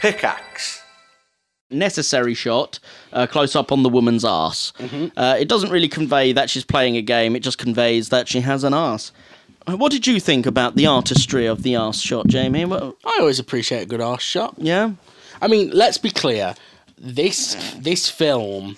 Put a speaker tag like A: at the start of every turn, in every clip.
A: Pickaxe.
B: necessary shot uh, close up on the woman's ass. Uh, it doesn't really convey that she's playing a game. It just conveys that she has an ass. Uh, What did you think about the artistry of the ass shot, Jamie? Well,
C: I always appreciate a good ass shot.
B: yeah,
C: I mean, let's be clear. This this film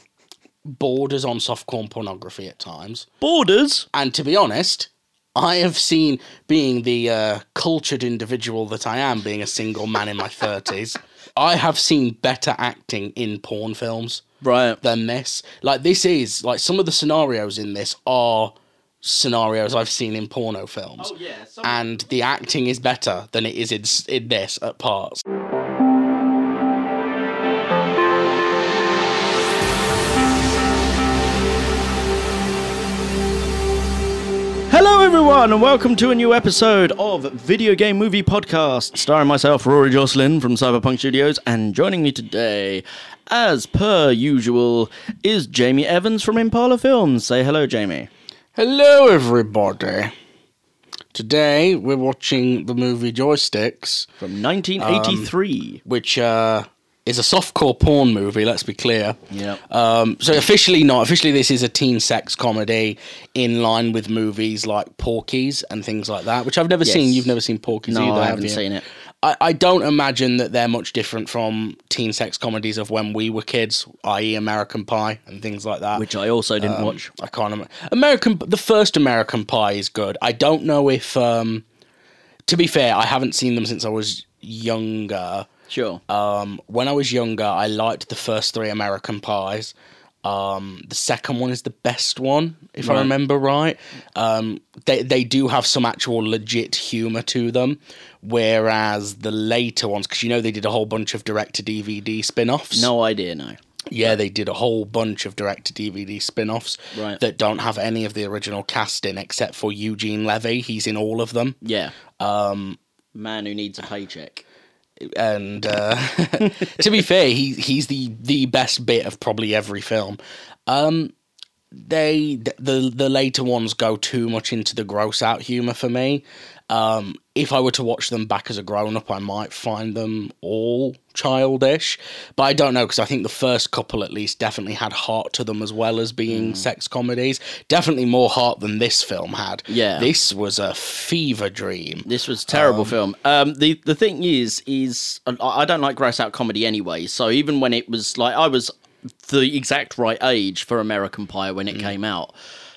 C: borders on softcore pornography at times.
B: borders.
C: And to be honest, I have seen being the uh, cultured individual that I am, being a single man in my 30s, I have seen better acting in porn films
B: Right.
C: than this. Like, this is, like, some of the scenarios in this are scenarios I've seen in porno films.
B: yeah,
C: And the acting is better than it is in, s- in this at parts.
B: Hello, everyone, and welcome to a new episode of Video Game Movie Podcast, starring myself, Rory Jocelyn from Cyberpunk Studios, and joining me today, as per usual, is Jamie Evans from Impala Films. Say hello, Jamie.
C: Hello, everybody. Today, we're watching the movie Joysticks.
B: From 1983.
C: which uh, is a softcore porn movie. Let's be clear.
B: Yep.
C: Um, so officially not officially this is a teen sex comedy in line with movies like Porky's and things like that, which I've never seen. You've never seen Porky's
B: No,
C: either.
B: I
C: have
B: haven't
C: you?
B: seen it.
C: I, I don't imagine that they're much different from teen sex comedies of when we were kids, i.e., American Pie and things like that.
B: which I also didn't watch.
C: I can't remember. American, the first American Pie is good. I don't know if, um, to be fair, I haven't seen them since I was younger.
B: Sure.
C: Um, when I was younger, I liked the first three American Pies. Um, the second one is the best one, if I remember right. Um, they they do have some actual legit humor to them, whereas the later ones, because you know they did a whole bunch of direct to DVD spin offs.
B: no idea, no.
C: Yeah, they did a whole bunch of direct to DVD spin offs
B: Right.
C: that don't have any of the original cast in except for Eugene Levy. He's in all of them.
B: Yeah. Um, Man who needs a paycheck.
C: And uh, to be fair, he, he's the, the best bit of probably every film. Um, they the the later ones go too much into the gross out humor for me. Um, if I were to watch them back as a grown up, I might find them all childish, but I don't know because I think the first couple at least definitely had heart to them as well as being
B: Mm.
C: sex comedies. Definitely more heart than this film had.
B: Yeah.
C: this was a fever dream.
B: This was a terrible film. Um, the the thing is, is I, I don't like gross out comedy anyway. So even when it was like I was the exact right age for American Pie when it came out,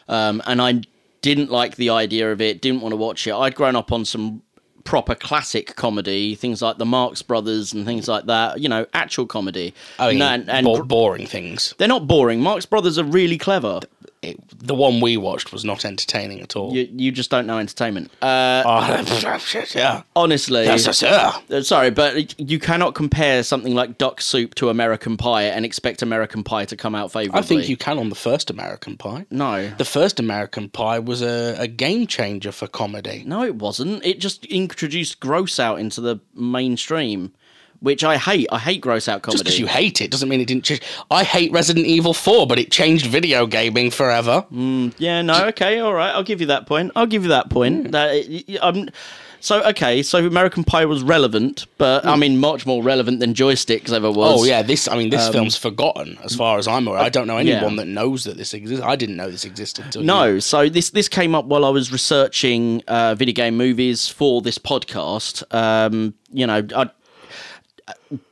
B: um, and I didn't like the idea of it. Didn't want to watch it. I'd grown up on some proper classic comedy, things like the Marx Brothers and things like that. You know, actual comedy.
C: I mean,
B: No, and, and
C: bo- boring things.
B: they're not boring. Marx Brothers are really clever.
C: It, the one we watched was not entertaining at all.
B: You, you just don't know entertainment. Uh,
C: Oh, yeah.
B: honestly,
C: Yes, sir.
B: uh, sorry, but you cannot compare something like Duck Soup to American Pie and expect American Pie to come out favorably.
C: I think you can on the first American Pie.
B: No.
C: The first American Pie was a, a game changer for comedy.
B: No, it wasn't. It just introduced gross out into the mainstream, which I hate. I hate gross out comedy.
C: Just because you hate it doesn't mean it didn't change. I hate Resident Evil 4, but it changed video gaming forever.
B: Mm. Yeah, no, okay, all right. I'll give you that point. I'll give you that point. That y- y- um, so okay, so American Pie was relevant, but I mean much more relevant than Joysticks ever was.
C: Hmm. Oh yeah, this I mean this film's forgotten as far as I'm aware. I don't know
B: Um, yeah.
C: anyone that knows that this exists. I didn't know this existed until you-
B: No, so this this came up while I was researching uh, video game movies for this podcast. Um, you know, I,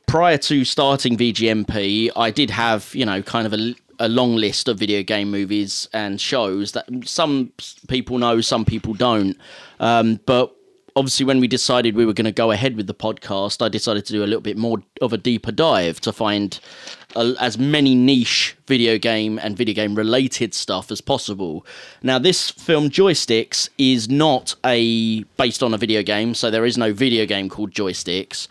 B: prior to starting VGMP, I did have you know kind of a, a long list of video game movies and shows that some people know, some people don't. Um, but obviously, when we decided we were going to go ahead with the podcast, I decided to do a little bit more of a deeper dive to find a, as many niche video game and video game related stuff as possible. Now, this film Joysticks is not a based on a video game, so there is no video game called Joysticks.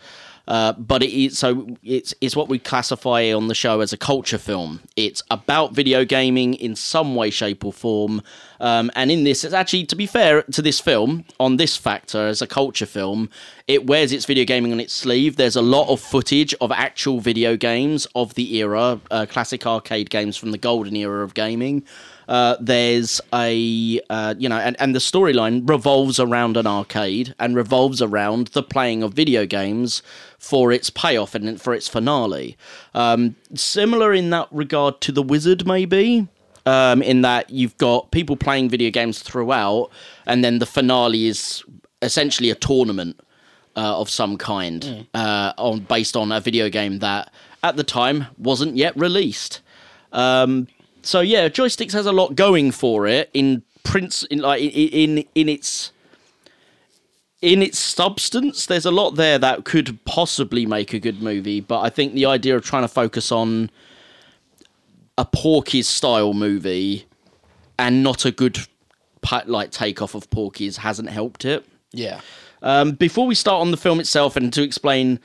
B: Uh, but it is so it's it's what we classify on the show as a culture film. It's about video gaming in some way, shape, or form. Um, and in this, it's actually to be fair to this film on this factor as a culture film, it wears its video gaming on its sleeve. There's a lot of footage of actual video games of the era, uh, classic arcade games from the golden era of gaming. Uh, there's a uh, you know, and and the storyline revolves around an arcade and revolves around the playing of video games for its payoff and for its finale. Um, similar in that regard to the Wizard, maybe um, in that you've got people playing video games throughout, and then the finale is essentially a tournament uh, of some kind uh, on based on a video game that at the time wasn't yet released. Um, so yeah, joysticks has a lot going for it in prince in like in in, in its in its substance, there's a lot there that could possibly make a good movie, but I think the idea of trying to focus on a Porky's style movie and not a good pa- like takeoff of Porky's hasn't helped it.
C: Yeah.
B: Um, before we start on the film itself and to explain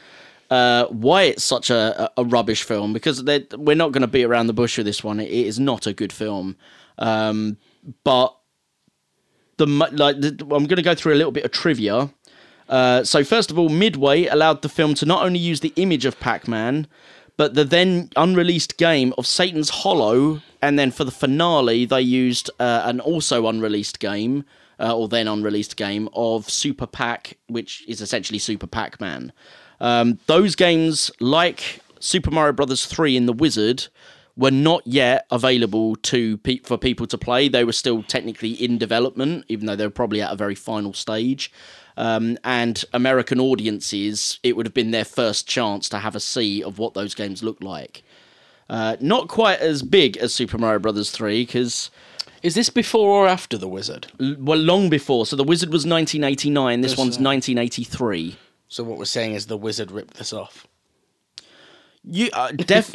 B: uh, why it's such a, a a rubbish film, because they're- we're not going to beat around the bush with this one. It is not a good film, um, but the mu- like the, I'm going to go through a little bit of trivia. Uh, so first of all, Midway allowed the film to not only use the image of Pac-Man, but the then unreleased game of Satan's Hollow, and then for the finale, they used uh, an also unreleased game, uh, or then unreleased game of Super Pac, which is essentially Super Pac-Man. Um, those games, like Super Mario Brothers Three and The Wizard, were not yet available to pe- for people to play. They were still technically in development, even though they were probably at a very final stage. Um, and American audiences, it would have been their first chance to have a see of what those games look like. Uh, not quite as big as Super Mario Brothers three, because
C: Is this before or after The Wizard?
B: well, long before. So the Wizard was 1989. This one's 1983.
C: So what we're saying is The Wizard ripped this off.
B: You uh, def-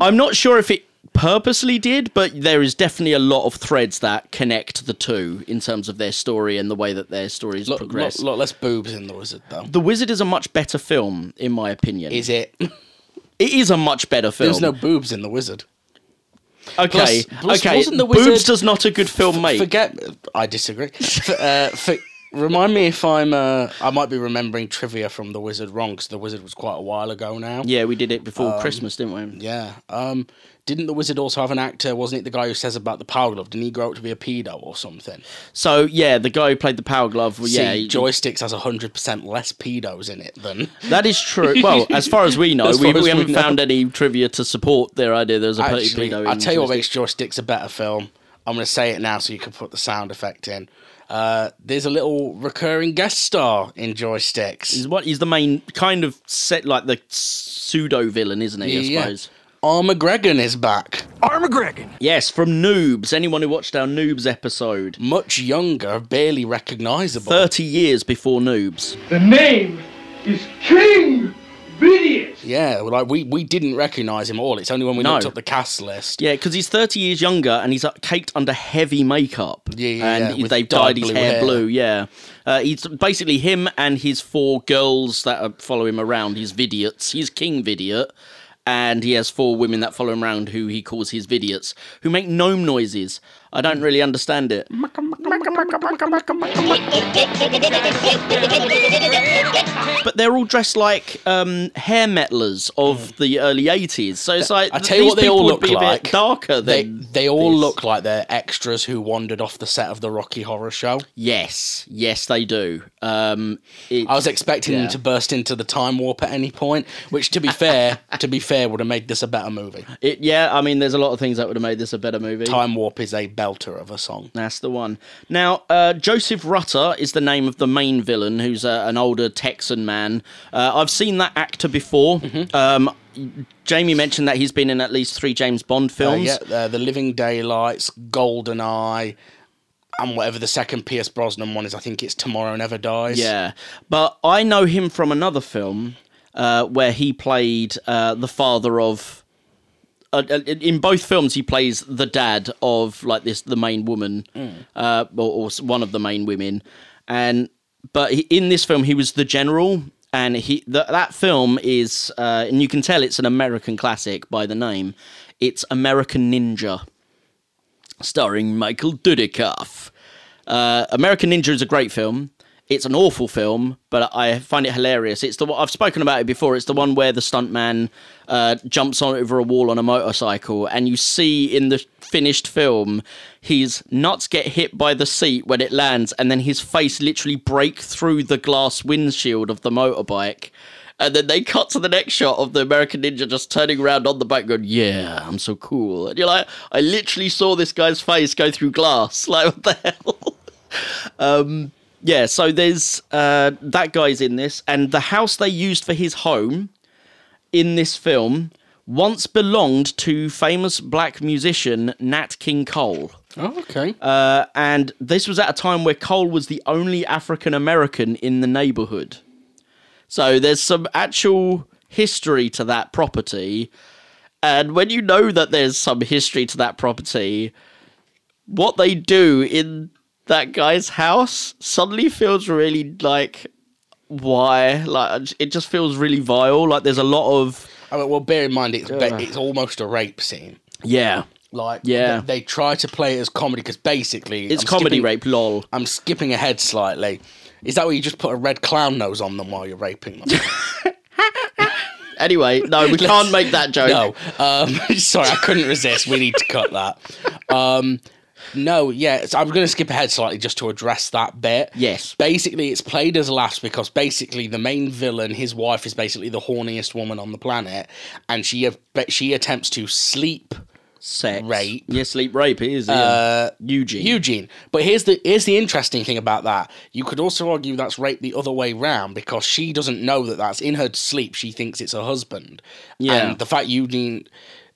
B: I'm not sure if it purposely did, but there is definitely a lot of threads that connect the two in terms of their story and the way that their stories
C: Lot,
B: progress.
C: lot, lot less boobs in The Wizard, though.
B: the Wizard is a much better film, in my opinion.
C: Is it?
B: it is a much better film.
C: There's no boobs in The Wizard.
B: okay,
C: Plus- plus
B: okay.
C: wasn't The
B: Boobs
C: Wizard-
B: does not a good film make.
C: Forget. I disagree. F- uh, for, remind me if I'm. Uh, I might be remembering trivia from The Wizard wrong because The Wizard was quite a while ago now.
B: yeah, we did it
C: Um,
B: before Christmas, didn't we?
C: Yeah. Um, didn't The Wizard also have an actor? Wasn't it the guy who says about the power glove? Didn't he grow up to be a pedo or something?
B: So yeah, the guy who played the Power Glove. well,
C: See,
B: yeah, he-
C: joysticks has hundred percent less pedos in it than.
B: that is true. Well, as far as we know,
C: As
B: we,
C: far as
B: we
C: we
B: haven't
C: know.
B: found any trivia to support their idea. There's a
C: Actually,
B: pedo.
C: I'll
B: in
C: tell you what
B: Joystick.
C: makes Joysticks a better film. I'm going to say it now so you can put the sound effect in. Uh, there's a little recurring guest star in Joysticks.
B: He's what he's the main kind of set like the pseudo villain, isn't he? I suppose.
C: R. McGregor is back.
A: Armageddon.
B: Yes, from Noobs. Anyone who watched our Noobs episode,
C: Much younger, barely recognizable.
B: thirty years before Noobs.
D: The name is King Vidius.
C: yeah, well, like we, we didn't recognize him at all. It's only when we
B: No.
C: looked up the cast list.
B: Yeah, because he's thirty years younger and he's uh, caked under heavy makeup.
C: Yeah, yeah,
B: and
C: yeah, with
B: they've dyed
C: dyed
B: his
C: blue
B: hair,
C: hair.
B: blue. Yeah, uh, he's basically him and his four girls that uh, follow him around. He's vidiots. He's King Vidiot. And he has four women that follow him around who he calls his vidiots, who make gnome noises. I don't really understand it. but they're all dressed like um, hair metalers of the early 80s. So it's like
C: I tell you what,
B: these
C: they all
B: people would
C: look
B: be a bit
C: like.
B: darker
C: They
B: than
C: they all
B: this.
C: look like they're extras who wandered off the set of the Rocky Horror Show.
B: Yes, yes, they do. Um, it,
C: I was expecting
B: Yeah.
C: them to burst into the time warp at any point, which, to be fair, to be fair, would have made this a better movie.
B: it- yeah, I mean, there's a lot of things that would have made this a better movie.
C: Time warp is a belter of a song.
B: That's the one. Now, uh, Joseph Rutter is the name of the main villain, who's uh, an older Texan man. Uh, I've seen that actor before. Um, Jamie mentioned that he's been in at least three James Bond
C: Uh,
B: films.
C: yeah, uh, the Living Daylights, Golden Eye, and whatever the second Pierce Brosnan one is. I think it's Tomorrow Never Dies.
B: Yeah, but I know him from another film uh, where he played uh, the father of. Uh, uh, in both films, he plays the dad of like this the main woman, uh, or, or s- one of the main women, and but he, in this film he was the general, and he th- that film is uh, and you can tell it's an American classic by the name. It's American Ninja starring Michael Dudikoff. Uh, American Ninja is a great film. It's an awful film, but I find it hilarious. It's the one- I've spoken about it before. It's the one where the stuntman uh, jumps on over a wall on a motorcycle, and you see in the finished film his nuts get hit by the seat when it lands, and then his face literally break through the glass windshield of the motorbike. And then they cut to the next shot of the American Ninja just turning around on the bike, going, "Yeah, I'm so cool." And you're like, "I literally saw this guy's face go through glass. Like, what the hell?" um, yeah. So there's uh, that guy's in this, and the house they used for his home in this film once belonged to famous black musician Nat King Cole.
C: Oh, okay.
B: Uh, and this was at a time where Cole was the only African American in the neighborhood. So there's some actual history to that property. And when you know that there's some history to that property, what they do in that guy's house suddenly feels really like why like it just feels really vile like there's a lot of
C: I mean, well, bear in mind it's ba it's almost a rape scene.
B: yeah
C: Like,
B: Yeah.
C: they, they try to play it as comedy because basically
B: it's
C: I'm
B: comedy
C: skipping-
B: rape lol
C: I'm skipping ahead slightly. Is that where you just put a red clown nose on them while you're raping them?
B: anyway no we can't make that joke
C: no. Um, sorry, I couldn't resist. We need to cut that. Um, no, yeah, so I'm going to skip ahead slightly just to address that bit.
B: Yes.
C: Basically, it's played as laughs because basically the main villain, his wife, is basically the horniest woman on the planet, and she but she attempts to sleep
B: sex
C: Rape.
B: Yeah, sleep rape it is. Yeah. Uh, Eugene.
C: Eugene. But here's the here's the interesting thing about that. You could also argue that's rape the other way round because she doesn't know that that's in her sleep. She thinks it's her husband.
B: Yeah.
C: And the fact Eugene,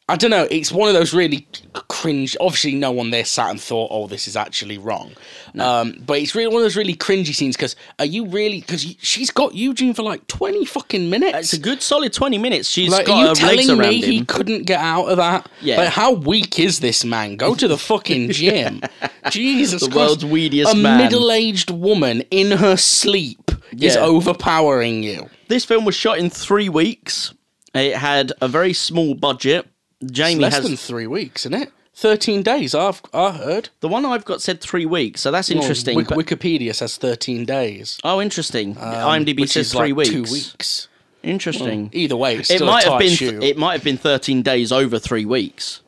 C: I don't know. It's one of those really c- cringe. Obviously, no one there sat and thought, "Oh, this is actually wrong." Um, but it's really one of those really cringy scenes because are you really? Because she's got Eugene for like twenty fucking minutes.
B: it's a good solid twenty minutes. She's
C: Like, are you
B: got her legs
C: telling
B: around
C: me he
B: him.
C: couldn't get out of that?
B: Yeah.
C: Like, how weak is this man? Go to the fucking gym. Jesus
B: The
C: Christ.
B: world's weediest
C: A
B: man.
C: middle-aged woman in her sleep is
B: Yeah.
C: overpowering you.
B: This film was shot in three weeks. It had a very small budget.
C: It's
B: Jamie
C: less
B: has
C: than three weeks, isn't it? 13 days, I've I heard.
B: the one I've got said three weeks, so that's
C: Well,
B: interesting.
C: Wik-
B: but-
C: Wikipedia says 13 days.
B: oh, interesting. IMDb
C: Um, which
B: says
C: is
B: three
C: like
B: weeks.
C: Two weeks.
B: Interesting.
C: Either way, it's
B: it
C: still
B: might
C: a tight
B: have been
C: shoe.
B: it might have been thirteen days over three weeks.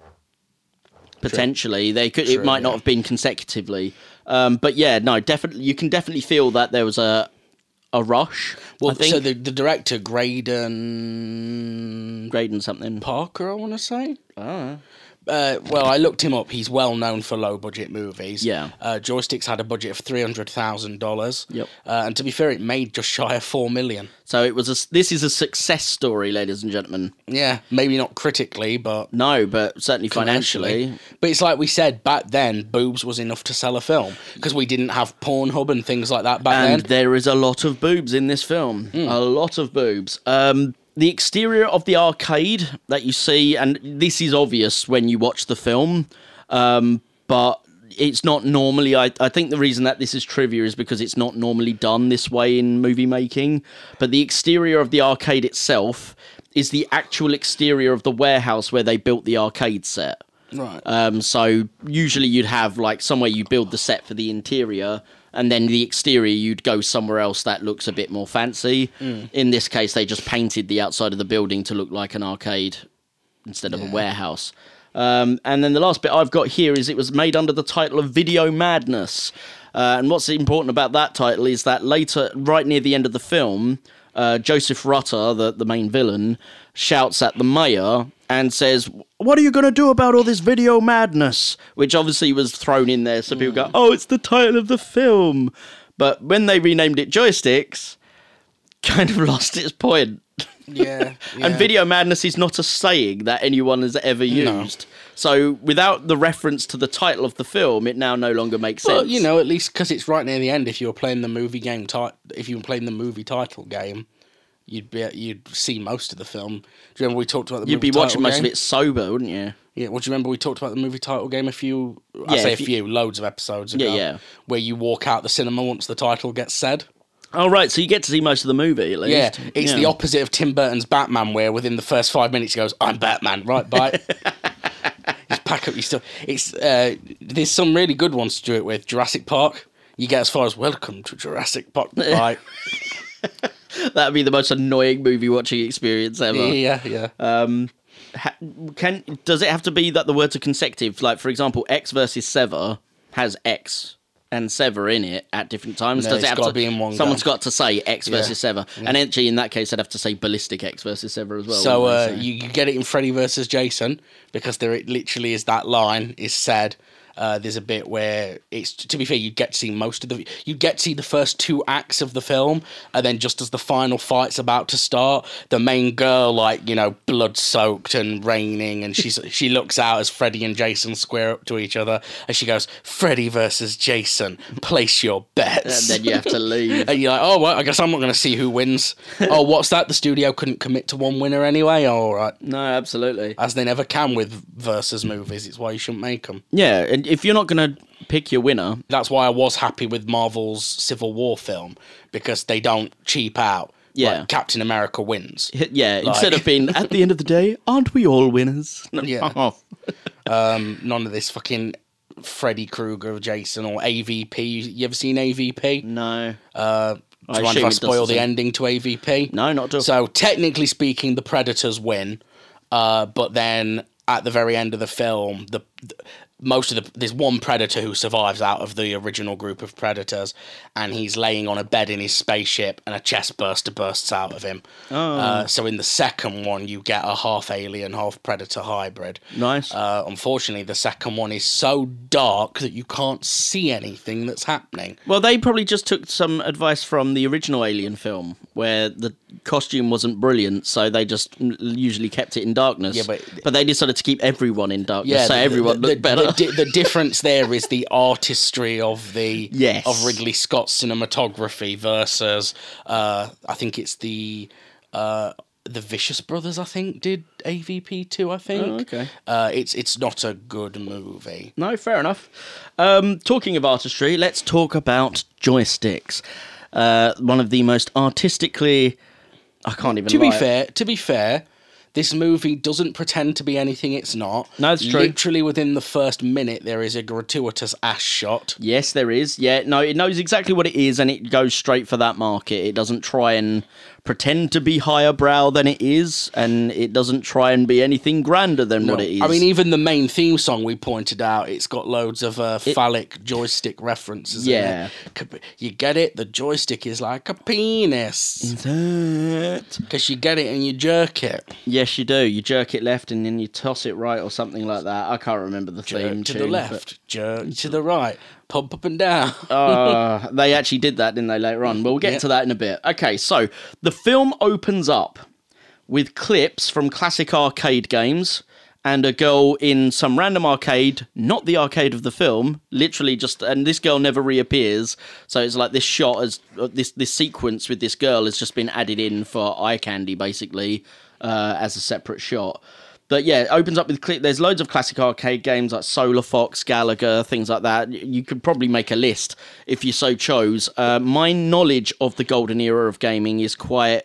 B: Potentially, they could.
C: True,
B: it might not
C: yeah.
B: have been consecutively. Um, but yeah, no, definitely, you can definitely feel that there was a a rush.
C: well,
B: I think
C: so the, the director, Graydon
B: Graydon something.
C: Parker, I want to say. Uh, well, I looked him up. He's well known for low budget movies.
B: Yeah.
C: Uh, Joysticks had a budget of three hundred thousand dollars.
B: Yep.
C: Uh, and to be fair, it made just shy of four million.
B: So it was a. s- This is a success story, ladies and gentlemen.
C: Yeah. Maybe not critically, but
B: No, but certainly financially.
C: commercially. But it's like we said back then, boobs was enough to sell a film because we didn't have Pornhub and things like that back
B: And
C: then. Hmm.
B: there is a lot of boobs in this film. A lot of boobs. Um, the exterior of the arcade that you see, and this is obvious when you watch the film, um, but it's not normally. I, I think the reason that this is trivia is because it's not normally done this way in movie making. But the exterior of the arcade itself is the actual exterior of the warehouse where they built the arcade set.
C: right.
B: Um, so usually you'd have like somewhere you build the set for the interior, and then the exterior you'd go somewhere else that looks a bit more fancy. In this case, they just painted the outside of the building to look like an arcade instead of a warehouse. Um, and then the last bit I've got here is it was made under the title of Video Madness. Uh, and what's important about that title is that later, right near the end of the film, uh, Joseph Rutter, the, the main villain, shouts at the mayor and says, What are you going to do about all this video madness? Which obviously was thrown in there so people go, Oh, it's the title of the film. But when they renamed it Joysticks, kind of lost its point.
C: yeah,
B: And
C: yeah.
B: video madness is not a saying that anyone has ever used. So without the reference to the title of the film, it now no longer makes
C: Well,
B: sense.
C: you know, at least because it's right near the end. If you were playing the movie game, ti- if you were playing the movie title game, you'd be you'd see most of the film. Do you remember we talked about the
B: you'd
C: movie
B: be watching
C: title
B: most of
C: game?
B: it sober, wouldn't you?
C: Yeah, well, do you remember we talked about the movie title game a few? I
B: Yeah,
C: say a
B: if you-
C: few, loads of episodes ago.
B: Yeah, yeah.
C: Where you walk out the cinema once the title gets said.
B: Oh right, so you get to see most of the movie at
C: Yeah,
B: least.
C: it's the
B: Yeah.
C: opposite of Tim Burton's Batman, where within the first five minutes he goes, "I'm Batman," right? Bye. Just pack up your stuff. It's uh, there's some really good ones to do it with. Jurassic Park. You get as far as welcome to Jurassic Park. Like,
B: That'd be the most annoying movie watching experience ever.
C: yeah, yeah.
B: Ha- can does it have to be that the words are consecutive? Like for example, X versus Sever has X and Sever in it at different times.
C: No,
B: does
C: it's
B: it have
C: gotta
B: to
C: be in one go.
B: Someone's got to say X versus Sever, and actually in that case, I'd have to say Ballistic X versus Sever as well.
C: so
B: wouldn't
C: uh,
B: I say?
C: you, you get it in Freddy versus Jason because there it literally is that line is said. Uh, there's a bit where it's to be fair, you get to see most of the you get to see the first two acts of the film, and then just as the final fight's about to start, the main girl like you know blood soaked and raining, and she's she looks out as Freddy and Jason square up to each other, and she goes, "Freddy versus Jason, place your
B: and
C: bets."
B: then you have to leave.
C: And you're like, oh, well, I guess I'm not going to see who wins. oh, what's that? The studio couldn't commit to one winner anyway. Oh, all right.
B: no, absolutely.
C: As they never can with versus movies. It's why you shouldn't make them.
B: Yeah, and if you're not going to pick your winner,
C: That's why I was happy with Marvel's Civil War film because they don't cheap out.
B: Yeah.
C: Like, Captain America wins.
B: yeah, instead of being at the end of the day, aren't we all winners? No,
C: Yeah.
B: fuck off.
C: Um, none of this fucking Freddy Krueger, Jason, or AVP. You ever seen AVP?
B: No.
C: Uh, do
B: I
C: you mind
B: assume
C: if I
B: it
C: spoil
B: doesn't.
C: the ending to AVP?
B: No, not at all.
C: So technically speaking, the Predators win, uh, but then at the very end of the film, the, the- most of the there's one Predator who survives out of the original group of Predators, and he's laying on a bed in his spaceship, and a chest burster bursts out of him.
B: Oh.
C: Uh, so in the second one, you get a half alien, half Predator hybrid.
B: Nice.
C: Uh, unfortunately, the second one is so dark that you can't see anything that's happening.
B: Well, they probably just took some advice from the original Alien film, where the costume wasn't brilliant, so they just n- usually kept it in darkness.
C: Yeah, but-
B: they decided to keep everyone in darkness, so
C: the-
B: everyone
C: the,
B: looked
C: the,
B: better.
C: The, di- the difference there is the artistry of the
B: Yes.
C: of Ridley Scott's cinematography versus uh, I think it's the uh, the Vicious Brothers I think did AVP two I think
B: Oh, okay.
C: uh, it's it's not a good movie.
B: no, fair enough. Um, talking of artistry, let's talk about joysticks. Uh, one of the most artistically, I can't even.
C: To be
B: lie.
C: fair, to be fair, this movie doesn't pretend to be anything it's not.
B: No, it's true.
C: Literally within the first minute, there is a gratuitous ass shot.
B: Yes, there is. Yeah, no, it knows exactly what it is and it goes straight for that market. It doesn't try and pretend to be higher brow than it is and it doesn't try and be anything grander than what it is.
C: I mean, even the main theme song we pointed out, it's got loads of uh, phallic joystick references. in it.
B: Yeah.
C: Cap- you get it. The joystick is like a penis
B: That-
C: because you get it and you jerk it.
B: Yes, you do. You jerk it left and then you toss it right or something like that. I can't remember the theme
C: Jerk to the
B: tune, but- Mm.
C: left, jerk to the right, pump up and down.
B: Uh, they actually did that, didn't they, later on? Well, we'll get
C: Yeah.
B: to that in a bit. Okay, so the film opens up with clips from classic arcade games and a girl in some random arcade, not the arcade of the film, literally just, and this girl never reappears. So it's like this shot, as uh, this this sequence with this girl has just been added in for eye candy, basically, uh, as a separate shot. But yeah, it opens up with clip. There's loads of classic arcade games like Solar Fox, Gallagher, things like that. You could probably make a list if you so chose. Uh, my knowledge of the golden era of gaming is quite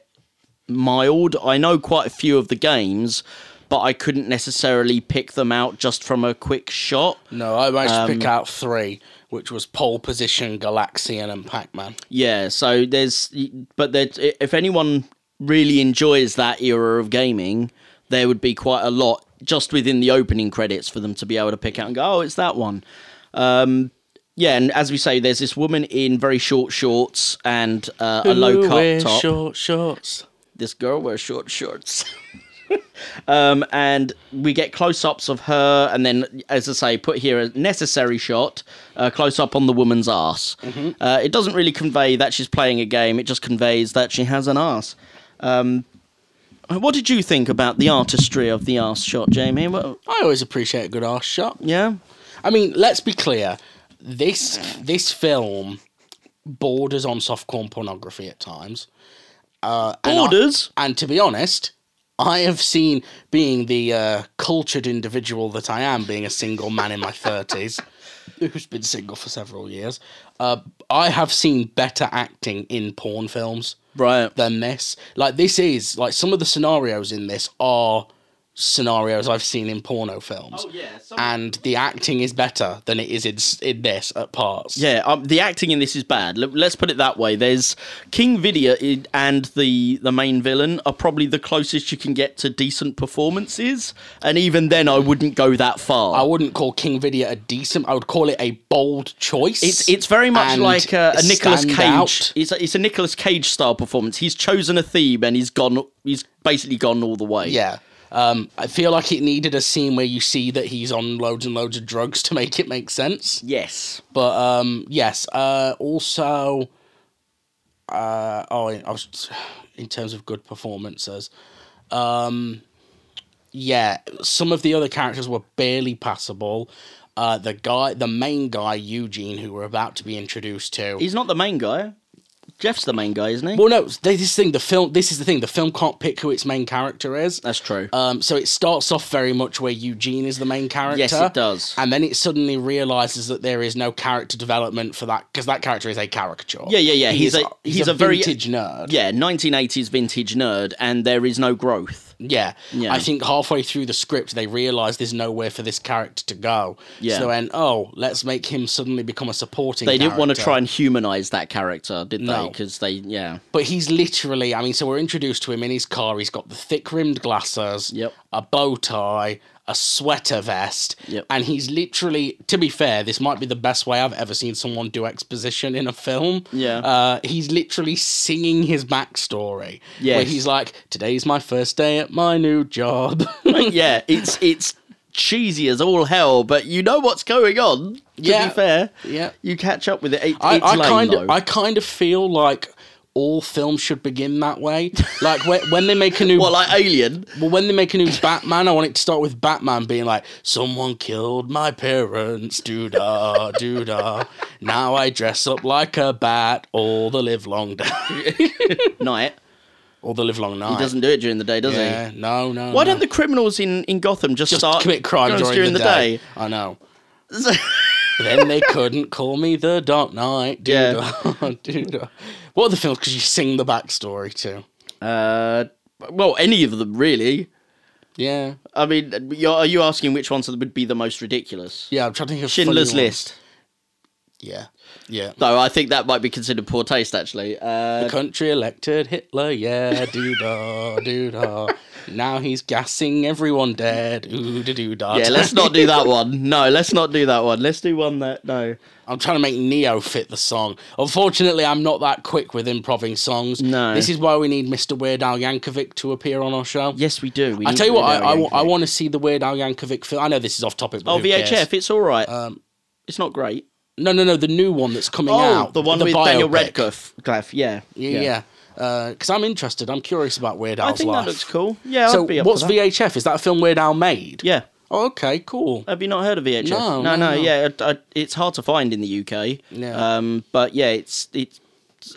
B: mild. I know quite a few of the games, but I couldn't necessarily pick them out just from a quick shot.
C: no, I managed to
B: um,
C: pick out three, which was pole position, Galaxian, and Pac Man.
B: Yeah, so there's, but there, if anyone really enjoys that era of gaming, there would be quite a lot just within the opening credits for them to be able to pick out and go, oh, it's that one. Um, yeah, and as we say, there's this woman in very short shorts and uh, a low cut top.
C: Short shorts.
B: this girl wears short shorts. um, and we get close ups of her, and then, as I say, put here a necessary shot, uh, close up on the woman's ass. Uh, it doesn't really convey that she's playing a game, it just conveys that she has an ass. Um, what did you think about the artistry of the ass shot, Jamie? Well,
C: I always appreciate a good ass shot.
B: yeah.
C: I mean, let's be clear. This this film borders on softcore pornography at times. And I-
B: Orders?
C: and to be honest, I have seen being the uh, cultured individual that I am, being a single man in my thirties, who's been single for several years. Uh, I have seen better acting in porn films
B: Right.
C: than this. Like this is like some of the scenarios in this are scenarios I've seen in porno films.
B: Oh, yeah, some-
C: And the acting is better than it is in, s- in this at parts.
B: Yeah, um, the acting in this is bad. Let- Let's put it that way. There's King Vidya i- and the the main villain are probably the closest you can get to decent performances, and even then, I wouldn't go that far.
C: I wouldn't call King Vidya a decent. I would call it a bold choice.
B: It's it's very much
C: and
B: like a, a Nicolas
C: stand
B: Cage.
C: out.
B: It's a, it's a Nicolas Cage style performance. He's chosen a theme and he's gone. He's basically gone all the way.
C: Yeah. Um, I feel like it needed a scene where you see that he's on loads and loads of drugs to make it make sense.
B: Yes.
C: But um, yes, uh, also, uh, oh, I was in terms of good performances. Um, yeah, some of the other characters were barely passable. Uh, the guy, the main guy Eugene, who we're about to be introduced to,
B: He's not the main guy. Jeff's the main guy, isn't he?
C: well, no, this this thing, the film, this is the thing, the film can't pick who its main character is.
B: That's true.
C: Um, so it starts off very much where Eugene is the main character.
B: Yes, it does.
C: And then it suddenly realizes that there is no character development for that because that character is a caricature.
B: Yeah, yeah, yeah,
C: He
B: he's
C: is
B: a- he's a very-
C: vintage nerd.
B: yeah, 1980s vintage nerd, and there is no growth.
C: Yeah.
B: Yeah.
C: I think halfway through the script, they realize there's nowhere for this character to go.
B: Yeah.
C: So then, oh, let's make him suddenly become a supporting.
B: They didn't want to
C: character.
B: try and humanize that character, did they?
C: No.
B: Because they, yeah,
C: But he's literally, I mean, so we're introduced to him in his car. He's got the thick rimmed glasses,
B: Yep.
C: a bow tie, a sweater vest.
B: Yep.
C: And he's literally, to be fair, this might be the best way I've ever seen someone do exposition in a film.
B: Yeah.
C: Uh, he's literally singing his backstory. Where
B: Yes.
C: he's like, today's my first day at my new job.
B: yeah. It's it's cheesy as all hell, but you know what's going on. To
C: Yeah.
B: be fair,
C: Yeah.
B: you catch up with it. It-
C: I,
B: it's
C: I
B: lame,
C: kind of,
B: though.
C: I kind of feel like all films should begin that way. like when, when they make a new
B: well, like Alien.
C: Well, when they make a new Batman, I want it to start with Batman being like, "Someone killed my parents, doo da, doo da. Now I dress up like a bat all the live long day,
B: night.
C: all the live long night."
B: He doesn't do it during the day, does
C: Yeah,
B: he?
C: no, no.
B: Why
C: no.
B: don't the criminals in, in Gotham just,
C: just
B: start
C: commit crime
B: crimes
C: during, the, day. I know. then they couldn't call me the Dark Knight, doo
B: Yeah.
C: da, doo da. What are the films? Because you sing the backstory too.
B: uh, well, any of them really.
C: Yeah,
B: I mean, you're, are you asking which ones would be the most ridiculous?
C: yeah. I'm trying to think of funny
B: Schindler's
C: ones.
B: List.
C: Yeah, yeah.
B: Though I think that might be considered poor taste, actually. Uh,
C: The country elected Hitler, yeah, doo da, doo da. Now he's gassing everyone dead, ooh da doo da.
B: yeah, let's not do that one. No, let's not do that one. Let's do one that no.
C: I'm trying to make Neo fit the song. Unfortunately, I'm not that quick with improving songs.
B: No.
C: This is why we need Mr. Weird Al Yankovic to appear on our show.
B: Yes, we do. We
C: I
B: need
C: tell you
B: to
C: what,
B: do that
C: I, I,
B: again,
C: wa- I
B: Vic.
C: want to see the Weird Al Yankovic film. I know this is off topic, but
B: Oh,
C: who cares?
B: VHF. It's all right.
C: Um,
B: it's not great.
C: No, no, no, the new one that's coming
B: Oh,
C: out.
B: the one with Daniel
C: biopic.
B: Radcliffe. Radcliffe. Yeah.
C: Yeah, yeah. Because I'm interested. I'm curious about Weird
B: I
C: Al's
B: think
C: life.
B: that looks cool. Yeah.
C: So
B: I'd be up
C: what's
B: for that.
C: VHF? Is that a film Weird Al made?
B: Yeah.
C: Oh, okay, cool.
B: Have you not heard of VHF?
C: No,
B: no,
C: no,
B: no,
C: no.
B: yeah. I, I, it's hard to find in the UK.
C: Yeah.
B: Um, but yeah, it's it's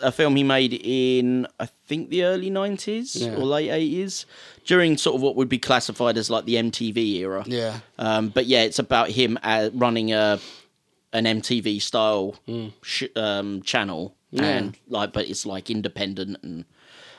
B: a film he made in I think the early nineties
C: Yeah.
B: or late eighties, during sort of what would be classified as like the MTV era.
C: Yeah.
B: Um, but yeah, it's about him uh, running a an MTV style sh- um, channel, and like, but it's like independent and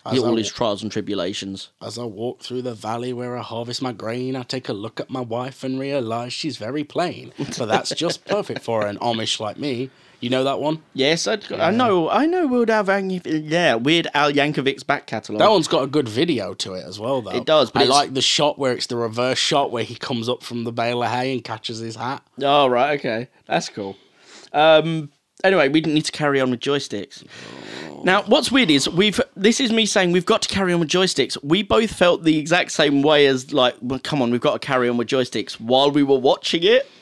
C: As
B: all
C: I-
B: his trials and tribulations.
C: As I walk through the valley where I harvest my grain, I take a look at my wife and realize she's very plain. But that's just perfect for an Amish like me. You know that one?
B: Yes, I, I know, I know. Weird Al Yankovic, yeah, Weird Al Yankovic's back catalogue.
C: That one's got a good video to it as well, though.
B: It does, but
C: I
B: it's-
C: like the shot where it's the reverse shot where he comes up from the bale of hay and catches his hat.
B: Oh right, okay, that's cool. Um, anyway, we didn't need to carry on with joysticks. Now, what's weird is we've. This is me saying we've got to carry on with joysticks. We both felt the exact same way as like, well, come on, we've got to carry on with joysticks while we were watching it.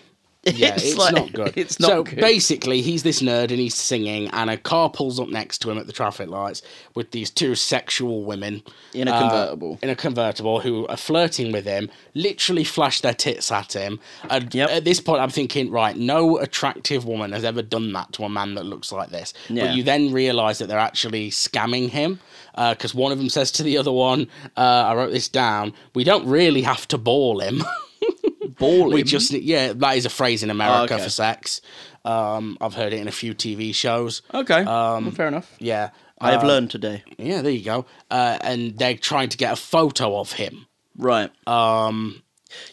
C: Yeah, it's,
B: like-
C: not good.
B: It's not
C: so
B: good.
C: basically, he's this nerd and he's singing, and a car pulls up next to him at the traffic lights with these two sexual women
B: In a
C: uh,
B: convertible.
C: in a convertible, who are flirting with him, literally flash their tits at him. And
B: Yep.
C: at this point, I'm thinking, right, no attractive woman has ever done that to a man that looks like this.
B: Yeah.
C: But you then realise that they're actually scamming him. Because one of them says to the other one, uh, I wrote this down, we don't really have to ball him.
B: Ball
C: We
B: him.
C: just yeah, that is a phrase in America
B: Oh, okay.
C: for sex. Um, I've heard it in a few TV shows.
B: okay.
C: Um,
B: well, fair enough.
C: Yeah,
B: I have
C: Uh,
B: learned today.
C: Yeah, there you go. Uh, and they're trying to get a photo of him.
B: Right.
C: Um,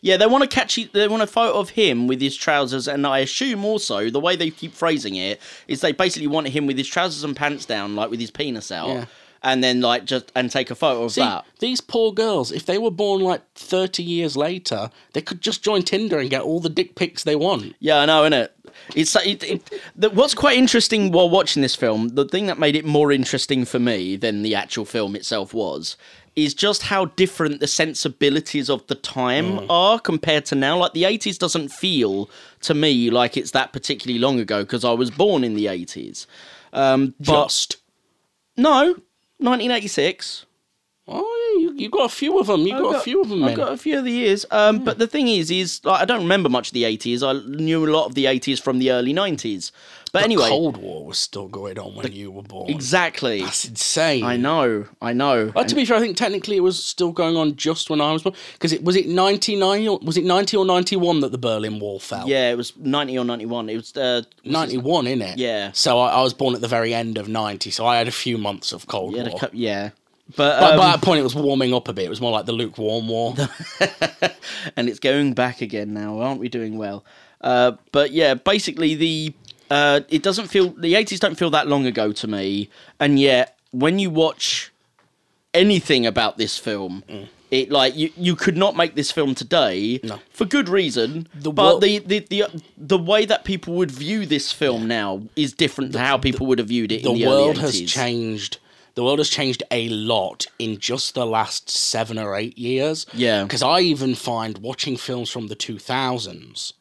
B: Yeah, they want to catch. They want a photo of him with his trousers, and I assume also the way they keep phrasing it is they basically want him with his trousers and pants down, like with his penis out,
C: Yeah.
B: and then like just and take a photo of
C: see,
B: that.
C: these poor girls, if they were born like 30 years later, they could just join Tinder and get all the dick pics they want.
B: Yeah, I know, innit? It's it, it, the, what's quite interesting while watching this film. The thing that made it more interesting for me than the actual film itself was is just how different the sensibilities of the time
C: Mm.
B: are compared to now. Like the eighties doesn't feel to me like it's that particularly long ago because I was born in the eighties. Um, but
C: Just.
B: no, nineteen eighty six.
C: Oh, yeah, you, you got a few of them. You got, a few of them,
B: I've
C: man.
B: got a few of the years. Um, But the thing is, is like, I don't remember much of the eighties. I knew a lot of the eighties from the early nineties. But anyway,
C: Cold War was still going on when you were born.
B: Exactly.
C: That's insane.
B: I know. I know.
C: Well, to be fair, I think technically it was still going on just when I was born. Because it was it ninety nine or was it ninety or ninety one that the Berlin Wall fell?
B: yeah, it was ninety or ninety-one. It was. Uh, was
C: ninety one, in it.
B: Yeah.
C: So I, I was born at the very end of ninety, so I had a few months of Cold
B: it-
C: War.
B: yeah, the cup- yeah. But,
C: but
B: um,
C: by that point, it was warming up a bit. It was more like the lukewarm war.
B: and it's going back again now. Aren't we doing well? Uh, but yeah, basically the uh, it doesn't feel the eighties don't feel that long ago to me, and yet when you watch anything about this film. It like you, you could not make this film today
C: Mm. No.
B: for good reason.
C: The
B: but
C: wo-
B: the, the the the way that people would view this film now is different to how people would have viewed it.
C: the
B: in the
C: world
B: early
C: has
B: 80s.
C: changed. The world has changed a lot in just the last seven or eight years.
B: Yeah.
C: Because I even find watching films from the two thousands.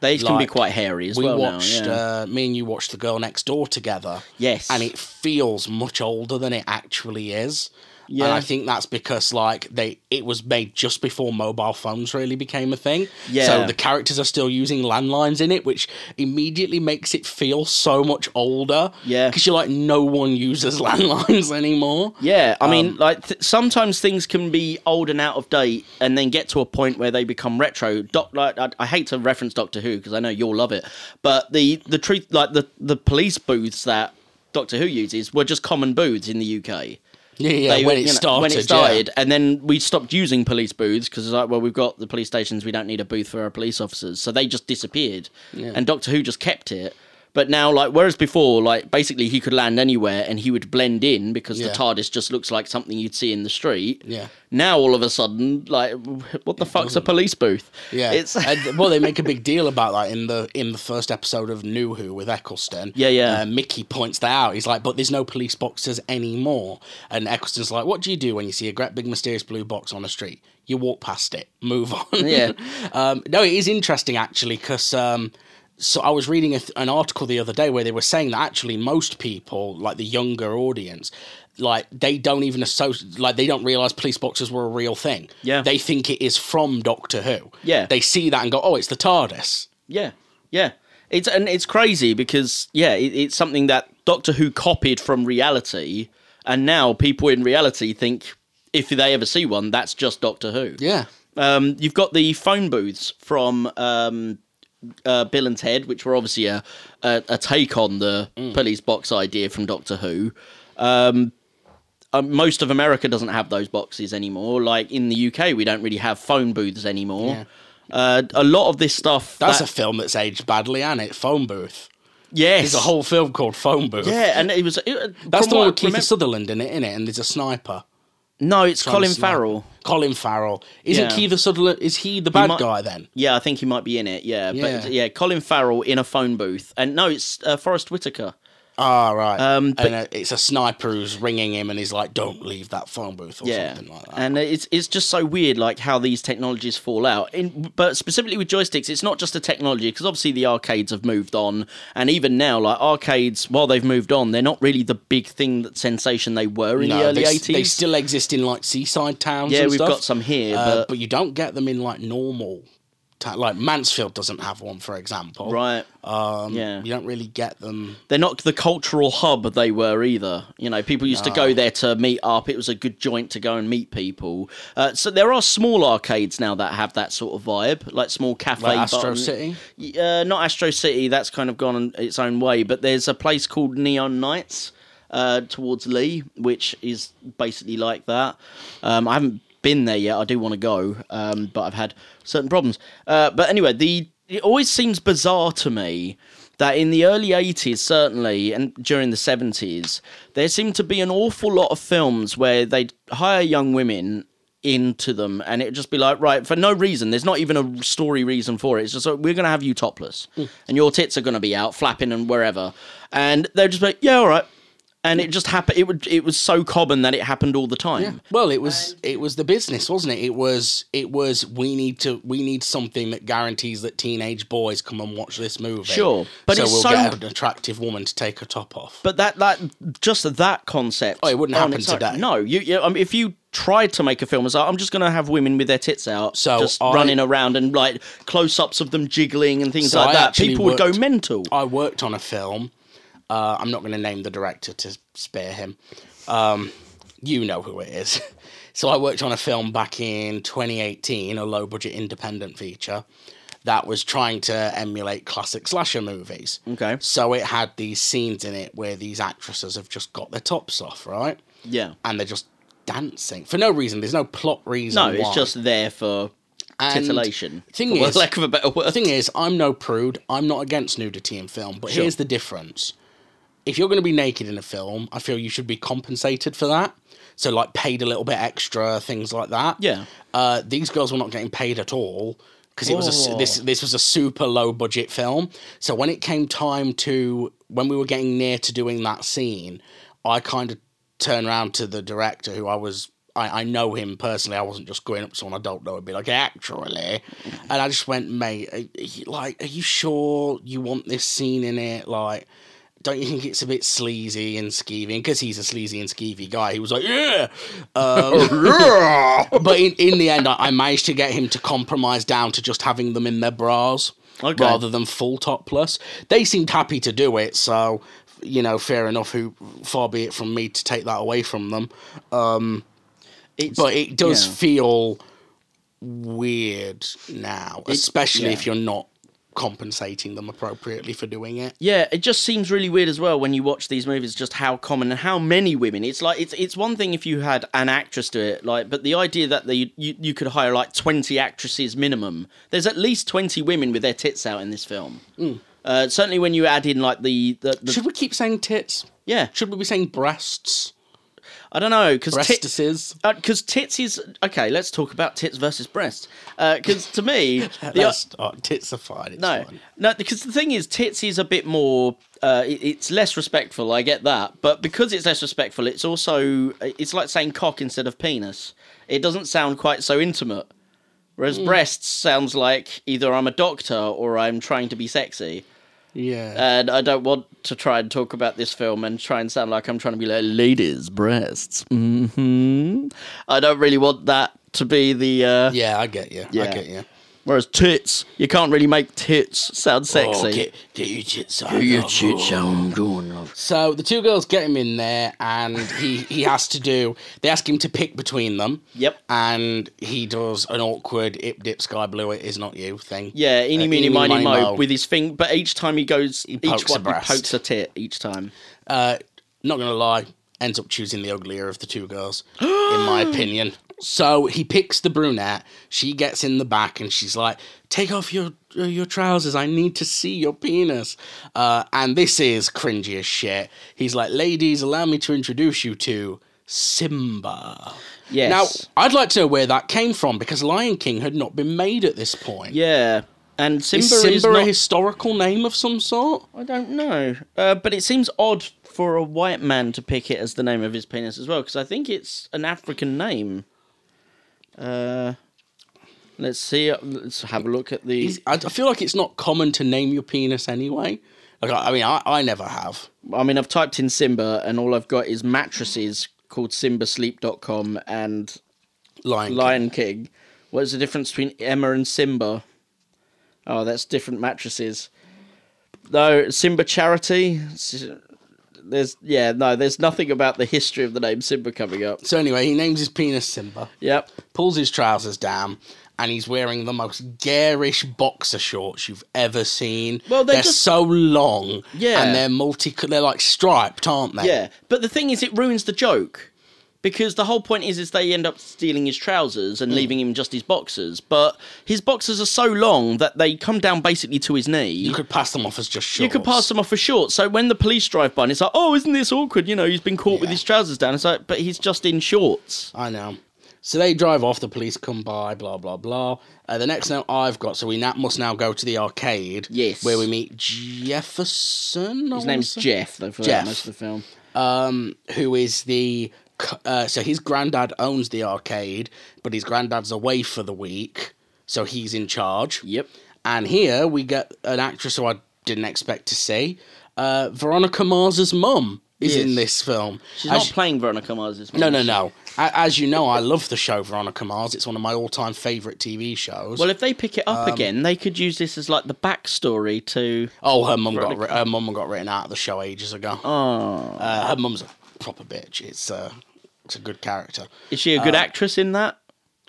B: They can be
C: Like,
B: quite hairy as
C: we
B: well
C: watched
B: now. Yeah.
C: uh, me and you watched the girl next door together
B: Yes.
C: and it feels much older than it actually is and
B: Yeah.
C: i think that's because like they it was made just before mobile phones really became a thing
B: Yeah.
C: so the characters are still using landlines in it which immediately makes it feel so much older
B: Yeah.
C: because you're like no one uses landlines anymore
B: yeah, I
C: um,
B: mean, like th- sometimes things can be old and out of date, and then get to a point where they become retro. Doc, like I, I hate to reference Doctor Who because I know you'll love it, but the the truth, like the the police booths that Doctor Who uses were just common booths in the UK.
C: yeah, yeah
B: They-
C: when, it
B: you know,
C: started,
B: when
C: yeah.
B: it started, and then we stopped using police booths because it's like, well, we've got the police stations, we don't need a booth for our police officers, so they just disappeared, and Doctor Who just kept it. But now, like, whereas before, like, basically he could land anywhere and he would blend in because the
C: Yeah.
B: TARDIS just looks like something you'd see in the street.
C: Yeah.
B: Now all of a sudden, like, what the fuck's a police booth?
C: Yeah,
B: It's
C: And, well, they make a big deal about that in the in the first episode of New Who with Eccleston.
B: Yeah, yeah.
C: Uh, Mickey points that out. He's like, "But there's no police boxes anymore." And Eccleston's like, "What do you do when you see a great big mysterious blue box on the street? You walk past it, move on."
B: Yeah.
C: um, no, it is interesting actually because. Um, so I was reading a th- an article the other day where they were saying that actually most people, like the younger audience, like they don't even associate, like they don't realize police boxes were a real thing.
B: Yeah.
C: they think it is from Doctor Who.
B: Yeah.
C: They see that and go, oh, it's the TARDIS.
B: Yeah, yeah. It's and it's crazy because yeah, it, it's something that Doctor Who copied from reality, and now people in reality think if they ever see one, that's just Doctor Who.
C: Yeah.
B: Um, you've got the phone booths from um, uh, Bill and Ted, which were obviously a, a, a take on the
C: Mm.
B: police box idea from Doctor Who. Um, um, most of America doesn't have those boxes anymore. Like in the UK, we don't really have phone booths anymore. Uh, a lot of this stuff
C: That's
B: that-
C: a film that's aged badly, and it? Phone Booth.
B: Yes,
C: There's a whole film called Phone Booth.
B: yeah, and it was. It,
C: That's
B: from what
C: the one
B: I
C: with Keith
B: remember-
C: Sutherland in it, in it, and there's a sniper.
B: No, it's
C: trying to
B: Colin
C: snipe-
B: Farrell.
C: Colin Farrell. Isn't
B: Yeah.
C: Keith Sutherland? Is he the bad
B: might-
C: guy then?
B: Yeah, I think he might be in it. Yeah,
C: Yeah.
B: but yeah, Colin Farrell in a phone booth, and no, it's uh, Forrest Whitaker.
C: Ah, right.
B: Um, but-
C: and uh, it's a sniper who's ringing him, and he's like, "Don't leave that phone booth" or
B: Yeah,
C: something like that.
B: and it's it's just so weird, like how these technologies fall out. In but specifically with joysticks, it's not just a technology because obviously the arcades have moved on, and even now, like arcades, while they've moved on, they're not really the big thing that sensation they were in
C: No,
B: the early
C: they, s- they
B: eighties.
C: still exist in like seaside towns.
B: Yeah,
C: and
B: we've
C: stuff.
B: got some here,
C: Uh,
B: but-
C: you don't get them in like normal. Ta- like Mansfield doesn't have one, for example.
B: Right.
C: Um,
B: Yeah.
C: You don't really get them.
B: they're not the cultural hub they were either. You know, people used to
C: Ah.
B: go there to meet up. It was a good joint to go and meet people. Uh, so there are small arcades now that have that sort of vibe, like small cafe.
C: Like Astro
B: button-
C: City?
B: Y- Uh, not Astro City. That's kind of gone on its own way. But there's a place called Neon Nights uh, towards Lee, which is basically like that. Um, I haven't been there yet. I do want to go, um, but I've had certain problems. Uh, but anyway, the it always seems bizarre to me that in the early 80s certainly and during the 70s there seemed to be an awful lot of films where they'd hire young women into them and it'd just be like right for no reason there's not even a story reason for it it's just like, we're going to have you topless
C: Hmm.
B: and your tits are going to be out flapping and wherever and they're just be like yeah all right and it just happened it would it was so common that it happened all the time
C: Well, it was it was the business, wasn't it? It was it was we need to we need something that guarantees that teenage boys come and watch this movie.
B: Sure, but
C: so
B: it's
C: we'll
B: so-
C: get an attractive woman to take her top off.
B: But that that just that concept.
C: Oh, it wouldn't
B: on
C: happen
B: its own-
C: today.
B: No, you. you I mean, if you tried to make a film, it's like, I'm just going to have women with their tits out,
C: So
B: just
C: I-
B: running around and like close-ups of them jiggling and things
C: So
B: like
C: I
B: that.
C: actually
B: People would
C: worked-
B: go mental.
C: I worked on a film. Uh, I'm not going to name the director to spare him. Um, you know who it is. So I worked on a film back in 2018, a low budget independent feature that was trying to emulate classic slasher movies.
B: Okay.
C: So it had these scenes in it where these actresses have just got their tops off, right?
B: yeah.
C: And they're just dancing for no reason. There's no plot reason.
B: No, it's
C: why.
B: just there for
C: And
B: titillation.
C: thing
B: for
C: is-
B: lack of a better word.
C: The thing is, I'm no prude. I'm not against nudity in film, but
B: Sure.
C: here's the difference. If you're going to be naked in a film, I feel you should be compensated for that. So, like, paid a little bit extra, things like that.
B: Yeah.
C: Uh, these girls were not getting paid at all because it was a, s-
B: Oh.
C: this this was a super low budget film. So when it came time to when we were getting near to doing that scene, I kind of turned around to the director who I was. I, I know him personally. I wasn't just going up to someone I don't know and be like, actually. And I just went, mate, are you- like, are you sure you want this scene in it? Like, don't you think it's a bit sleazy and skeevy? Because he's a sleazy and skeevy guy. He was like, yeah.
B: Oh,
C: Um, but in, in the end, I, I managed to get him to compromise down to just having them in their bras
B: Okay.
C: rather than full topless. They seemed happy to do it, so you know, fair enough. Who far be it from me to take that away from them. Um,
B: It's-
C: But it does
B: yeah.
C: feel weird now, especially
B: yeah.
C: if you're not compensating them appropriately for doing it.
B: Yeah, it just seems really weird as well when you watch these movies. Just how common and how many women. It's like it's it's one thing if you had an actress do it, like, but the idea that they you, you could hire like twenty actresses minimum. There's at least twenty women with their tits out in this film. Uh, certainly when you add in like the, the, the
C: Should we keep saying tits?
B: yeah,
C: Should we be saying breasts?
B: I don't know because
C: Breastises?
B: because tits is okay. Let's talk about tits versus breasts. Because to me, the,
C: That's oh, tits are fine. It's
B: No,
C: fine.
B: no, because the thing is, tits is a bit more. Uh, it- it's less respectful. I get that, but because it's less respectful, it's also it's like saying cock instead of penis. It doesn't sound quite so intimate. Whereas
C: Hmm.
B: breasts sounds like either I'm a doctor or I'm trying to be sexy,
C: Yeah.
B: and I don't want to try and talk about this film and try and sound like I'm trying to be like ladies' breasts. Hmm. I don't really want that to be the. Uh,
C: Yeah, I get you. I
B: Yeah.
C: get you.
B: Whereas tits, you can't really make tits
C: Oh,
B: sound sexy.
C: So the two girls get him in there, and he he has to do. They ask him to pick between them.
B: Yep.
C: And he does an awkward "ip dip sky blue, it is not you" thing.
B: Yeah, eeny,
C: Uh,
B: meeny, miny, mo, with his thing. But each time he goes,
C: pokes
B: each
C: a
B: one he
C: breast.
B: pokes a tit each time.
C: Uh, not gonna lie, ends up choosing the uglier of the two girls, in my opinion. So he picks the brunette. She gets in the back, and she's like, "Take off your uh, your trousers. I need to see your penis." Uh, and this is cringy as shit. He's like, "Ladies, allow me to introduce you to." Simba.
B: Yes.
C: Now, I'd like to know where that came from because Lion King had not been made at this point.
B: Yeah, and Simba
C: Is
B: is,
C: Simba a
B: not.
C: historical name of some sort?
B: I don't know, uh, but it seems odd for a white man to pick it as the name of his penis as well, because I think it's an African name. Uh, let's see. uh, Let's have a look at the.
C: Is- I, I feel like it's not common to name your penis anyway. Like, I, I mean, I, I never have.
B: I mean, I've typed in Simba, and all I've got is mattresses called SimbaSleep.com and
C: Lion. King.
B: Lion King. What is the difference between Emma and Simba? Oh, that's different mattresses. No, Simba Charity. s- There's yeah, no, there's nothing about the history of the name Simba coming up.
C: So anyway, he names his penis Simba,
B: Yep.
C: pulls his trousers down, and he's wearing the most garish boxer shorts you've ever seen.
B: Well, they're
C: they're
B: just-
C: so long,
B: Yeah.
C: and they're multi. They're like striped, aren't they?
B: Yeah. But the thing is it ruins the joke. because the whole point is is they end up stealing his trousers and leaving him just his boxers. But his boxers are so long that they come down basically to his knee.
C: You could pass them off as just shorts.
B: You could pass them off for short. So when the police drive by and it's like, oh, isn't this awkward? You know, he's been caught with
C: Yeah.
B: his trousers down. It's like, but he's just in shorts.
C: I know. So they drive off. The police come by. Blah blah blah. Uh, the next note I've got. So we na- must now go to the arcade.
B: Yes.
C: Where we meet Jefferson. I
B: His
C: wanna
B: name's
C: say?
B: Jeff, though, for
C: Jeff.
B: most of the film.
C: um, who is the c- uh, so his granddad owns the arcade, but his granddad's away for the week, so he's in charge.
B: Yep.
C: And here we get an actress who I didn't expect to see. Uh, Veronica Mars's mum is
B: Yes.
C: in this film.
B: She's
C: As
B: not playing Veronica Mars this
C: no, no,
B: month.
C: no. A- As you know, I love the show Veronica Mars. It's one of my all-time favorite TV shows.
B: Well, if they pick it up again, they could use this as like the backstory to.
C: oh, her mum got ri- her mum got written out of the show ages ago.
B: Oh,
C: Uh, her mum's a proper bitch. It's uh, it's a good character.
B: is she a good actress in that?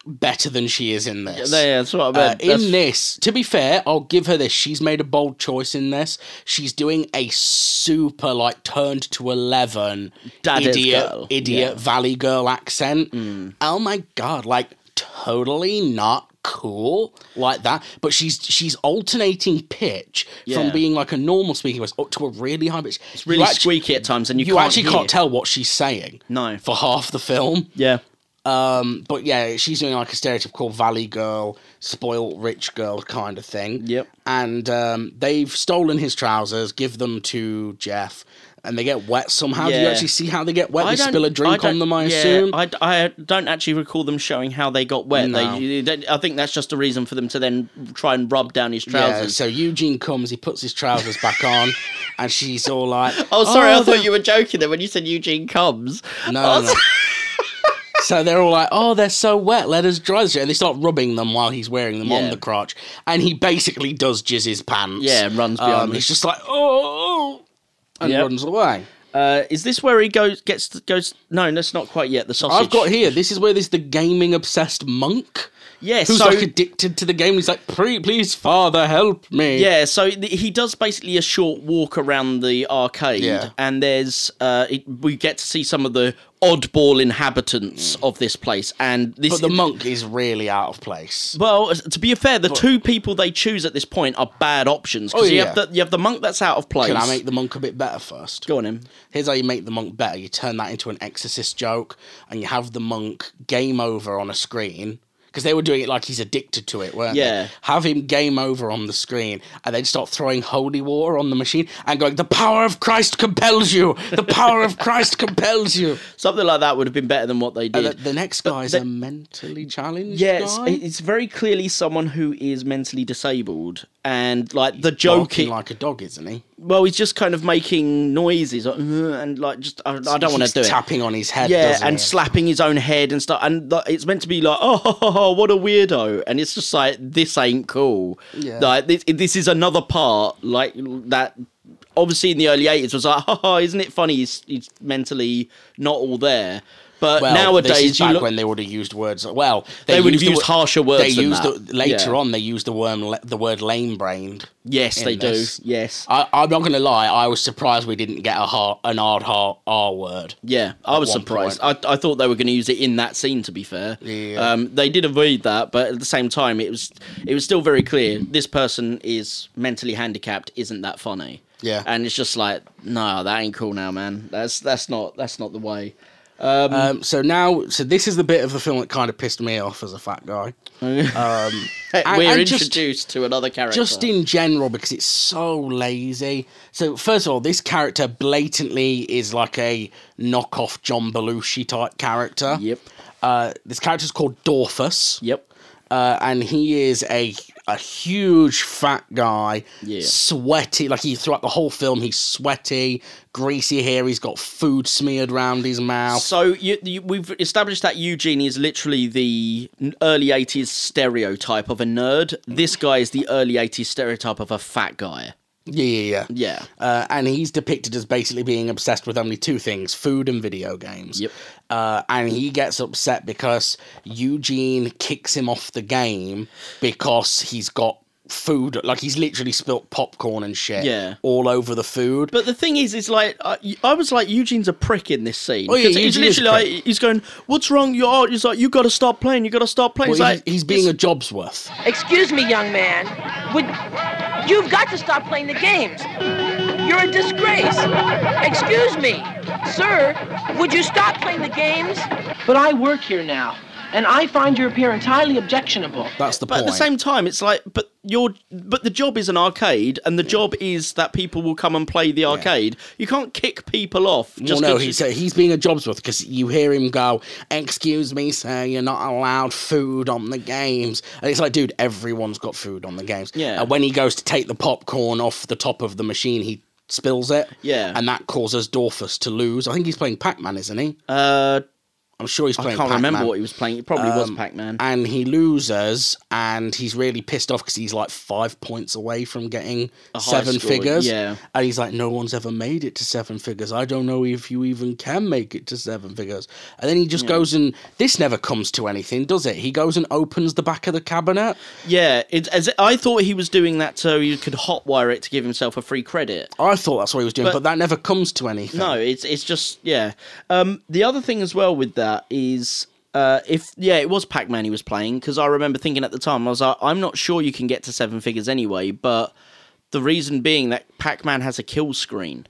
C: Better than she is in this.
B: There, that's what I
C: Uh,
B: meant. That's-
C: in this, to be fair, I'll give her this. She's made a bold choice in this. She's doing a super like turned to eleven
B: Daddy's
C: idiot,
B: girl. Hmm.
C: idiot valley girl accent. Oh my god! Like totally not cool like that. But she's she's alternating pitch
B: Yeah.
C: from being like a normal speaking voice up to a really high pitch. It's
B: really squeaky at times, and you,
C: You,
B: can't
C: actually
B: hear.
C: can't tell what she's saying.
B: No.
C: for half the film.
B: Yeah.
C: Um, but yeah, she's doing like a stereotypical valley girl, spoiled rich girl kind of thing.
B: Yep.
C: And um, they've stolen his trousers, give them to Jeff, and they get wet somehow. Do you
B: Yeah.
C: actually see how they get wet? they
B: don't-
C: spill a
B: I
C: drink
B: don't-
C: on them, I
B: yeah,
C: assume.
B: I, I don't actually recall them showing how they got wet.
C: No.
B: They, you don't- I think that's just a reason for them to then try and rub down his
C: yeah,
B: trousers.
C: so Eugene comes, he puts his trousers back on, and she's all like,
B: Oh, sorry, I
C: they're-
B: thought you were joking there when you said Eugene comes.
C: No, no, no. so they're all like, "Oh, they're so wet. Let us dry this." And they start rubbing them while he's wearing them on
B: Yeah.
C: the crotch, and he basically does jizz his pants.
B: Yeah, and runs behind
C: Um,
B: them.
C: he's just like, "Oh," and
B: Yep.
C: runs away.
B: Uh, is this where he goes? Gets goes? No, that's not quite yet. The sausage.
C: I've got here. This is where there's the gaming obsessed monk
B: Yeah,
C: who's
B: so
C: like addicted to the game. He's like, "Pre- "Please, Father, help me."
B: yeah, so th- he does basically a short walk around the arcade,
C: Yeah.
B: and there's uh, it, we get to see some of the oddball inhabitants of this place, and this.
C: Mm. But the monk is really out of place.
B: well, to be fair, the two people they choose at this point are bad options because
C: Oh,
B: you,
C: yeah.
B: have the, you have the monk that's out of place.
C: Can I make the monk a bit better first?
B: Go on him.
C: Here's how you make the monk better. You turn that into an exorcist joke and you have the monk game over on a screen. Because they were doing it like he's addicted to it, weren't
B: Yeah.
C: they? Have him game over on the screen and then start throwing holy water on the machine and going, The power of Christ compels you! The power of Christ compels you!
B: Something like that would have been better than what they
C: And
B: did.
C: the, the next guy's
B: the-
C: a mentally challenged
B: Yes,
C: guy.
B: it's very clearly someone who is mentally disabled, and like the
C: Barking
B: joking,
C: like a dog, isn't he?
B: well, he's just kind of making noises like, "Ugh," and like just I, I don't want to
C: He's
B: do it.
C: Tapping on his head.
B: Yeah,
C: doesn't
B: and
C: he?
B: slapping his own head and stuff, and like, it's meant to be like, oh, what a weirdo, and it's just like this ain't cool.
C: Yeah.
B: Like this, this is another part like that. Obviously, in the early eighties, was like, oh, isn't it funny? He's, he's mentally not all there. But
C: Well,
B: nowadays,
C: this is
B: you
C: back
B: look,
C: when they would have used words. Well,
B: They would have
C: the
B: used
C: wo-
B: harsher words
C: They
B: than
C: used
B: that.
C: The, later
B: Yeah.
C: on. They used the worm, le- the word lame-brained.
B: yes,
C: in
B: they
C: this.
B: do. Yes,
C: I, I'm not going to lie. I was surprised we didn't get a hard, an hard, hard R word.
B: Yeah, I was
C: one
B: surprised. I, I thought they were going to use it in that scene. To be fair,
C: Yeah.
B: um, they did avoid that, but at the same time, it was it was still very clear this person is mentally handicapped. Isn't that funny?
C: Yeah.
B: and it's just like, no, that ain't cool now, man. That's that's not that's not the way.
C: Um, so now, so this is the bit of the film that kind of pissed me off as a fat guy. Um, and-
B: We're
C: and just-
B: introduced to another character.
C: just in general because it's so lazy. So first of all, this character blatantly is like a knockoff John Belushi type character.
B: Yep.
C: Uh, this character's called Dorfus.
B: yep,
C: Uh, and he is a a huge fat guy,
B: Yeah.
C: sweaty. Like he throughout the whole film, he's sweaty, greasy hair. He's got food smeared round his mouth.
B: So you, you, we've established that Eugene is literally the n- early '80s stereotype of a nerd. This guy is the early '80s stereotype of a fat guy.
C: Yeah, yeah, yeah.
B: Yeah.
C: Uh, and he's depicted as basically being obsessed with only two things food and video games.
B: Yep.
C: Uh, and he gets upset because Eugene kicks him off the game because he's got food. Like he's literally spilt popcorn and shit
B: Yeah.
C: all over the food.
B: But the thing is, is like I, I was like Eugene's a prick in this scene.
C: Oh, yeah,
B: 'Cause he's
C: Eugene is a
B: literally like he's going, "What's wrong? Your art?" He's like, "You got to start playing. You got to start playing."
C: Well,
B: He's
C: he's,
B: like,
C: he's being a Jobsworth.
A: Excuse me, young man. Would you've got to stop playing the games. You're a disgrace. Excuse me, sir. Would you stop playing the games? But I work here now, and I find your appearance highly objectionable.
C: That's the
B: But
C: point.
B: at the same time, it's like, but your but the job is an arcade, and the job is that people will come and play the arcade. You can't kick people off. Just
C: well, no,
B: 'cause
C: he's
B: you-
C: he's being a Jobsworth because you hear him go, "Excuse me, sir, you're not allowed food on the games," and it's like, dude, everyone's got food on the games.
B: Yeah.
C: And when he goes to take the popcorn off the top of the machine, he spills it.
B: Yeah.
C: And that causes Dorfus to lose. I think he's playing Pac-Man, isn't he?
B: uh,
C: I'm sure he's
B: I
C: playing.
B: can't remember
C: Pac-Man.
B: what he was playing. It probably was
C: Um,
B: Pac Man.
C: And he loses, and he's really pissed off because he's like five points away from getting
B: high
C: seven
B: score,
C: figures.
B: yeah.
C: And he's like, no one's ever made it to seven figures. I don't know if you even can make it to seven figures. And then he just goes and this never comes to anything, does it? He goes and opens the back of the cabinet.
B: Yeah, it, as I thought he was doing that so he could hotwire it to give himself a free credit.
C: I thought that's what he was doing, but,
B: But-
C: that never comes to anything.
B: No, it's it's just yeah. Um, the other thing as well with that is uh, if yeah, it was Pac Man he was playing because I remember thinking at the time I was like, I'm not sure you can get to seven figures anyway, but the reason being that Pac Man has a kill screen.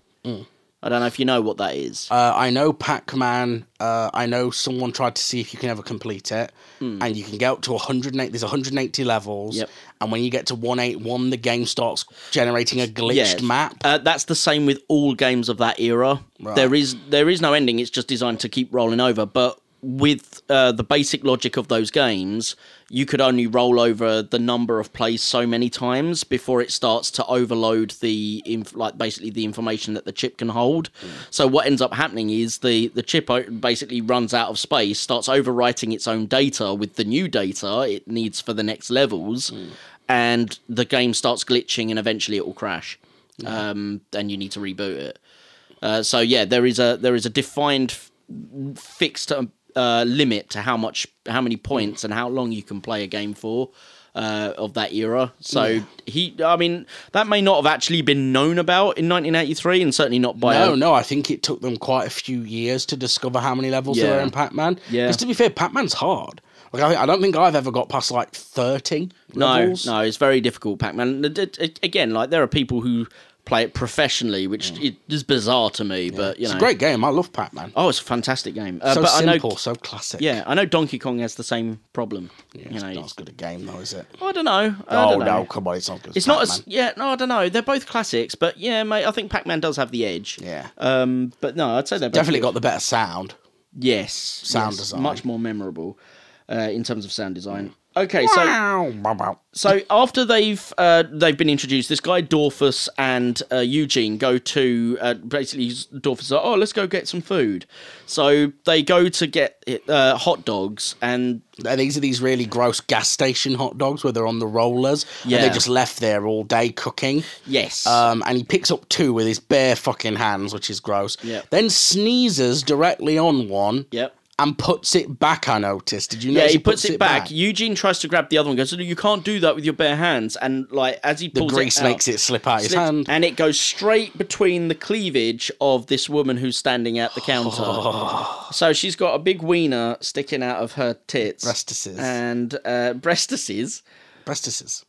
B: I don't know if you know what that is.
C: Uh, I know Pac Man. Uh, I know someone tried to see if you can ever complete it, and you can get up to 108. There's 180 levels,
B: Hmm. Yep.
C: and when you get to 181, the game starts generating a glitched
B: Yes.
C: map.
B: Uh, that's the same with all games of that era.
C: Right.
B: There is there is no ending. It's just designed to keep rolling over. But with uh, the basic logic of those games, you could only roll over the number of plays so many times before it starts to overload the inf- like basically the information that the chip can hold. So what ends up happening is the the chip o- basically runs out of space, starts overwriting its own data with the new data it needs for the next levels. And the game starts glitching, and eventually it will crash
C: Mm-hmm.
B: um, and you need to reboot it. Uh, so yeah, there is a there is a defined f- fixed um, uh, limit to how much how many points and how long you can play a game for. Uh, of that era, so he, I mean, that may not have actually been known about in 1983, and certainly not by
C: No,
B: a-
C: no, I think it took them quite a few years to discover how many levels there are
B: Yeah.
C: in Pac Man.
B: Yeah.
C: Because to be fair, Pac Man's hard. Like I, I don't think I've ever got past like 30
B: No,
C: levels.
B: no, it's very difficult, Pac Man. Again, like there are people who play it professionally, which it is bizarre to me, but you
C: It's
B: know,
C: a great game. I love Pac Man.
B: Oh, it's a fantastic game. Uh,
C: so
B: but
C: simple,
B: I know,
C: so classic.
B: yeah, I know Donkey Kong has the same problem.
C: Yeah,
B: you
C: it's
B: know,
C: not as good a game though, is it?
B: I don't know. I
C: Oh
B: don't know.
C: no, come on, it's not good.
B: It's not as
C: Pac-Man.
B: yeah. No, I don't know. They're both classics, but yeah, mate. I think Pac Man does have the edge.
C: Yeah.
B: Um, but no, I'd say they're both
C: Definitely
B: good.
C: got the better sound.
B: yes
C: sound
B: yes,
C: design.
B: much more memorable uh, in terms of sound design.
C: Mm.
B: Okay, so
C: Wow, wow, wow.
B: so after they've uh, they've been introduced, this guy Dorfus and uh, Eugene go to uh, basically Dorfus. Is like, oh, let's go get some food. So they go to get uh, hot dogs, and
C: Uh, These are these really gross gas station hot dogs where they're on the rollers. And
B: Yeah.
C: they're just left there all day cooking.
B: yes,
C: Um, and he picks up two with his bare fucking hands, which is gross.
B: Yep.
C: Then sneezes directly on one.
B: Yep.
C: And puts it back, I noticed. Did you
B: Yeah,
C: notice?
B: he puts, it, back. Eugene tries to grab the other one, goes, "You can't do that with your bare hands." And like as he
C: the
B: pulls
C: grease
B: it out,
C: makes it slip out his
B: slips-
C: hand.
B: and it goes straight between the cleavage of this woman who's standing at the counter. so she's got a big wiener sticking out of her tits,
C: Breastises.
B: and uh, breastises,
C: Breastises.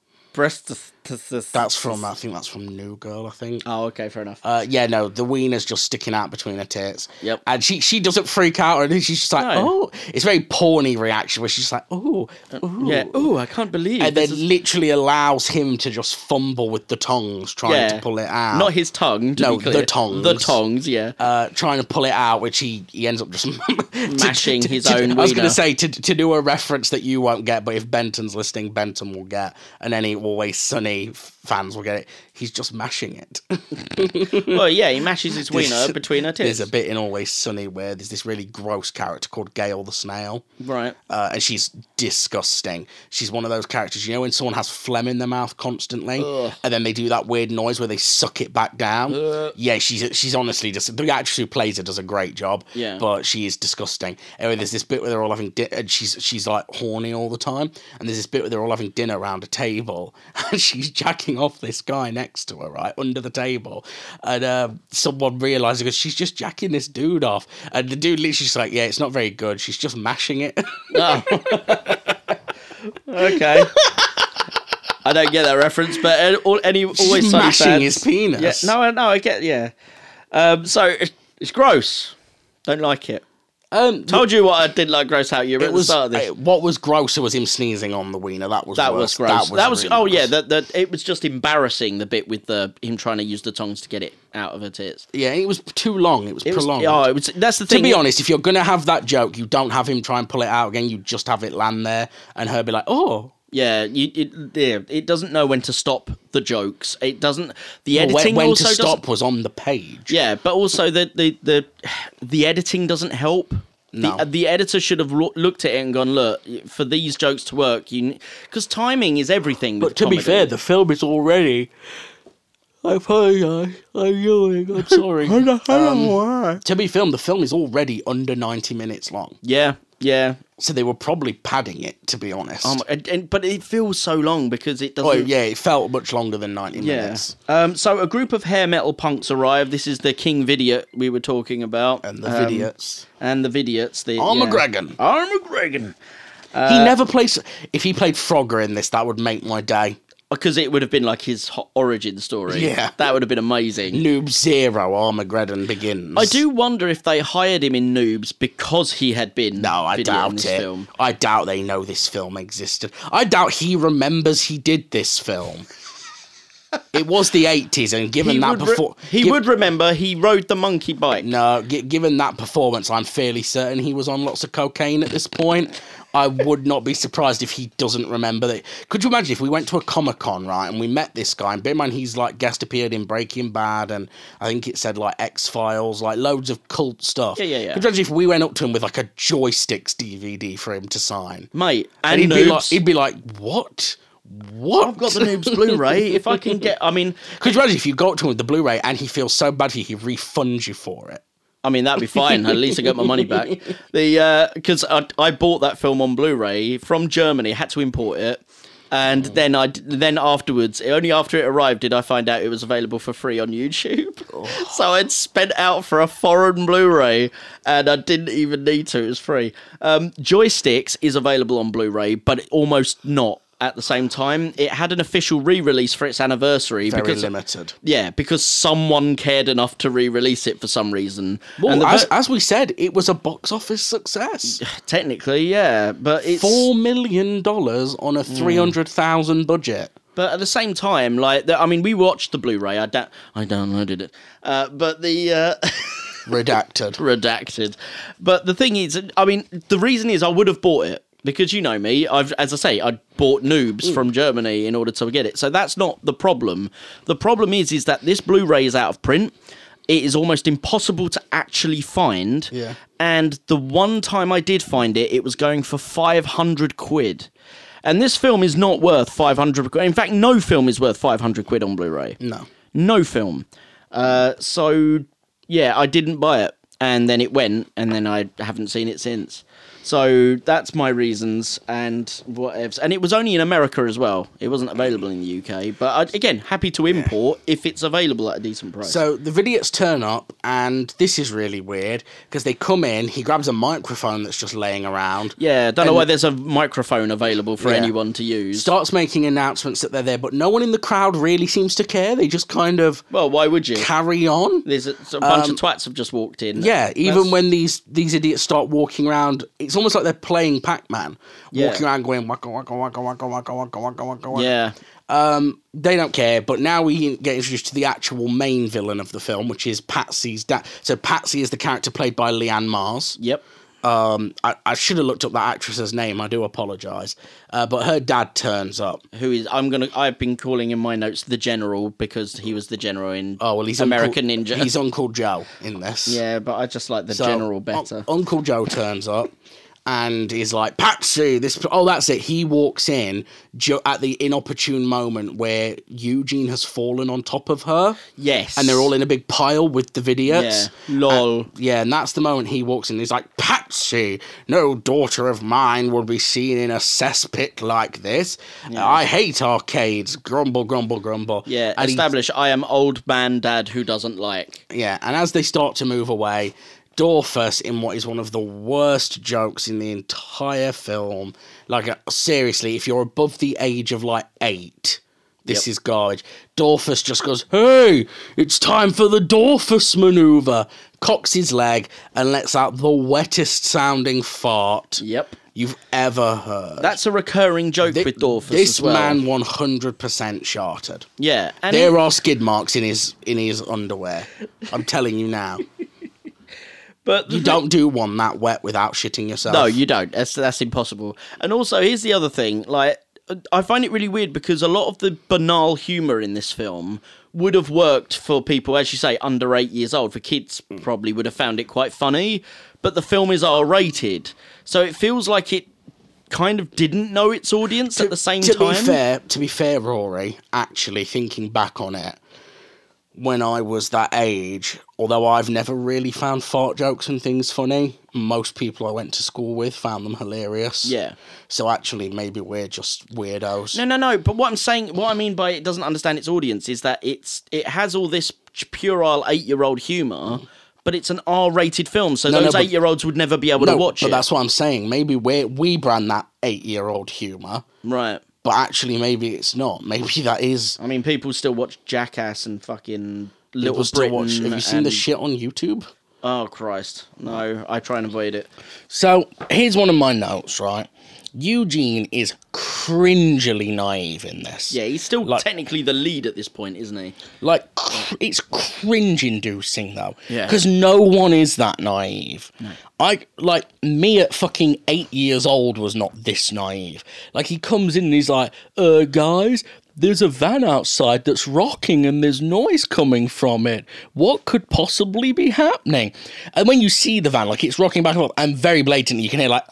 B: breastises.
C: That's from, I think that's from New Girl, I think.
B: oh, okay, fair enough.
C: Uh, yeah, no, the wiener's just sticking out between her tits.
B: Yep.
C: And she she doesn't freak out or anything. She's just like,
B: No.
C: oh, it's a very porny reaction where she's just like, oh,
B: yeah. Oh, I can't believe.
C: and
B: this
C: then
B: is-
C: literally allows him to just fumble with the tongs trying
B: yeah,
C: to pull it out.
B: Not his tongue. To
C: No,
B: be
C: the
B: clear.
C: tongs.
B: The tongs. Yeah.
C: uh, trying to pull it out, which he, he ends up just
B: Mashing his own
C: I was going
B: wiener.
C: to say to, to do a reference that you won't get, but if Benton's listening, Benton will get, and any always sunny f- fans will get it. He's just mashing it.
B: well, yeah, he mashes his wiener
C: There's-
B: between her tits.
C: There's a bit in Always Sunny where there's this really gross character called Gail the Snail.
B: Right.
C: Uh, and she's disgusting. She's one of those characters, you know, when someone has phlegm in their mouth constantly, and then they do that weird noise where they suck it back down. Yeah, she's she's honestly just the actress who plays her does a great job.
B: Yeah.
C: but she is disgusting. Anyway, there's this bit where they're all having dinner, and she's she's like horny all the time. And there's this bit where they're all having dinner around a table, and she's jacking off this guy next to her, right under the table. And um, someone realizes because she's just jacking this dude off, and the dude literally's just like, "Yeah, it's not very good. She's just mashing it."
B: Oh. Okay. I don't get that reference, but uh, all, any always sunny
C: mashing
B: fans-
C: his penis.
B: Yeah, no, I- no, I get. Yeah. Um, so it's, it's gross. Don't like it.
C: Um,
B: Told you what I did like gross out you at
C: it was
B: the start of this.
C: uh, what was grosser was him sneezing on the wiener. That was
B: that
C: worse.
B: was gross. That was,
C: really
B: oh yeah,
C: gross.
B: that that it was just embarrassing. The bit with the him trying to use the tongs to get it out of her tits.
C: yeah. It was too long. It was
B: It was,
C: prolonged.
B: oh, it was. That's the
C: to
B: thing.
C: be honest, if you're gonna have that joke, you don't have him try and pull it out again. You just have it land there, and her be like, "Oh,
B: Yeah, you, it, yeah, it doesn't know when to stop the jokes. It doesn't. The
C: when-
B: editing
C: when to
B: also doesn't-
C: stop was on the page."
B: Yeah, but also the the the, the editing doesn't help.
C: No.
B: The, the editor should have loo- looked at it and gone, look, for these jokes to work, you because timing is everything.
C: But to be fair, the film is already. I apologize. I'm yawning. I'm sorry. Um, to be filmed, the film is already under 90 minutes long.
B: yeah, yeah.
C: So they were probably padding it, to be honest.
B: Oh my, and, and- but it feels so long because it doesn't.
C: Oh yeah, it felt much longer than ninety
B: Yeah.
C: minutes.
B: Um, so a group of hair metal punks arrive. This is the King Vidiot we were talking about,
C: And the
B: Um,
C: videos.
B: and the Vidiots. The
C: Armageddon.
B: Yeah. Uh, Armageddon.
C: he never plays. If he played Frogger in this, that would make my day.
B: Because it would have been like his ho- origin story.
C: Yeah.
B: that would have been amazing.
C: Noob Zero Armageddon begins.
B: I do wonder if they hired him in Noobs because he had been
C: No, I
B: Vidiot in
C: doubt
B: this
C: it.
B: film.
C: I doubt they know this film existed. I doubt he remembers he did this film. it was the eighties, and given
B: He,
C: that
B: would, re-
C: before
B: he would remember he rode the monkey bike.
C: No, gi- given that performance, I'm fairly certain he was on lots of cocaine at this point. I would not be surprised if he doesn't remember that. Could you imagine if we went to a Comic Con, right, and we met this guy, and bear in mind he's like guest appeared in Breaking Bad, and I think it said like X Files, like loads of cult stuff.
B: Yeah, yeah, yeah.
C: Could you imagine if we went up to him with like a joysticks DVD for him to sign?
B: Mate, and,
C: And, he'd,
B: Noobs.
C: be like, he'd be like, what? What?
B: I've got the Noobs Blu-ray. If I can get, I mean,
C: Could you imagine if you go up to him with the Blu ray and he feels so bad for you, he refunds you for it?
B: I mean that'd be fine. At least I got my money back. The because I, I bought that film on Blu-ray from Germany, had to import it,
C: Oh.
B: and then I d- then afterwards, only after it arrived, did I find out it was available for free on YouTube.
C: Oh.
B: so I'd spent out for a foreign Blu-ray, and I didn't even need to. It was free. Um, Joysticks is available on Blu-ray, but almost not. At the same time, it had an official re-release for its anniversary
C: Very
B: because
C: limited.
B: yeah, because someone cared enough to re-release it for some reason.
C: Well,
B: And the
C: as,
B: ver-
C: as we said, it was a box office success.
B: technically, yeah, but it's
C: Four million dollars on a three hundred thousand budget.
B: But at the same time, like the, I mean, we watched the Blu-ray. I da- I downloaded it, uh, but the uh,
C: Redacted.
B: redacted. But the thing is, I mean, the reason is I would have bought it because you know me. I've, as I say, I bought Noobs
C: Mm.
B: from Germany in order to get it. So that's not the problem. The problem is, is that this Blu-ray is out of print. It is almost impossible to actually find.
C: Yeah.
B: And the one time I did find it, it was going for five hundred quid. And this film is not worth five hundred quid. In fact, no film is worth five hundred quid on Blu-ray.
C: no.
B: No film. Uh, so yeah, I didn't buy it, and then it went, and then I haven't seen it since. So that's my reasons and whatevs. And it was only in America as well. It wasn't available in the UK. But I, again, happy to import if it's available at a decent price.
C: So the videos turn up, and this is really weird because they come in. He grabs a microphone that's just laying around.
B: yeah, don't know
C: and-
B: why there's a microphone available for
C: Yeah.
B: anyone to use.
C: Starts making announcements that they're there, but no one in the crowd really seems to care. They just kind of
B: well, why would you?
C: carry on.
B: There's a, a bunch of twats have just walked in.
C: Um, Yeah, even
B: That's-
C: when these these idiots start walking around, it's almost like they're playing Pac Man,
B: Yeah.
C: walking around going waka waka waka waka waka waka waka waka waka.
B: yeah,
C: Um, they don't care. But now we get introduced to the actual main villain of the film, which is Patsy's dad. So Patsy is the character played by Leanne Mars.
B: yep.
C: Um, I, I should have looked up that actress's name. I do apologise, uh, but her dad turns up.
B: Who is I'm gonna? I've been calling in my notes the general because he was the general in.
C: Oh well, he's
B: American
C: Uncle,
B: Ninja.
C: He's Uncle Joe in this.
B: yeah, but I just like the
C: So,
B: general
C: Un-
B: better.
C: Uncle Joe turns up and is like, Patsy, this. Oh, that's it. He walks in jo- at the inopportune moment where Eugene has fallen on top of her.
B: yes,
C: And they're all in a big pile with the
B: Yeah,
C: videos.
B: lol.
C: Yeah, and that's the moment he walks in. He's like, Patsy, no daughter of mine will be seen in a cesspit like this. I hate arcades. Grumble, grumble, grumble.
B: yeah,
C: And he-
B: establish. I am old man dad who doesn't like.
C: yeah, and as they start to move away, Dorfus, in what is one of the worst jokes in the entire film, like uh, seriously, if you're above the age of like eight, this
B: Yep.
C: is garbage. Dorfus just goes, "Hey, it's time for the Dorfus maneuver." Cocks his leg and lets out the wettest sounding fart
B: Yep,
C: you've ever heard.
B: that's a recurring joke
C: Thi-
B: with Dorfus
C: this
B: as well.
C: man, one hundred percent sharted.
B: yeah, and
C: There
B: he-
C: are skid marks in his in his underwear. I'm telling you now.
B: but the
C: You
B: thing-
C: don't do one that wet without shitting yourself.
B: No, you don't. That's that's impossible. And also, here's the other thing. Like, I find it really weird because a lot of the banal humor in this film would have worked for people, as you say, under eight years old. For kids,
C: Hmm.
B: probably would have found it quite funny. But the film is R-rated, so it feels like it kind of didn't know its audience at the same
C: to
B: time.
C: be fair, to be fair, Rory, actually thinking back on it, when I was that age, although I've never really found fart jokes and things funny, most people I went to school with found them hilarious.
B: Yeah.
C: So actually, maybe we're just weirdos.
B: No, no, no. But what I'm saying, what I mean by it doesn't understand its audience is that it's it has all this puerile eight year old humor, but it's an R-rated film, so
C: No, no,
B: those
C: but-
B: eight year olds would never be able to watch
C: but
B: it.
C: that's what I'm saying. Maybe we we brand that eight year old humor,
B: right.
C: but actually, maybe it's not. Maybe that is.
B: I mean, people still watch Jackass and fucking Little
C: people still
B: Britain.
C: watch. Have you seen the
B: and-
C: shit on YouTube?
B: Oh Christ! No, I try and avoid it.
C: So here's one of my notes, right? Eugene is cringily naive in this.
B: Yeah, he's still
C: Like-
B: technically the lead at this point, isn't he?
C: Like, cr- it's cringe inducing, though.
B: Yeah.
C: Because no one is that naive. I, like, me at fucking eight years old was not this naive. Like, he comes in and he's like, uh, guys, there's a van outside that's rocking and there's noise coming from it. What could possibly be happening? And when you see the van, like, it's rocking back and forth and very blatantly, you can hear, like,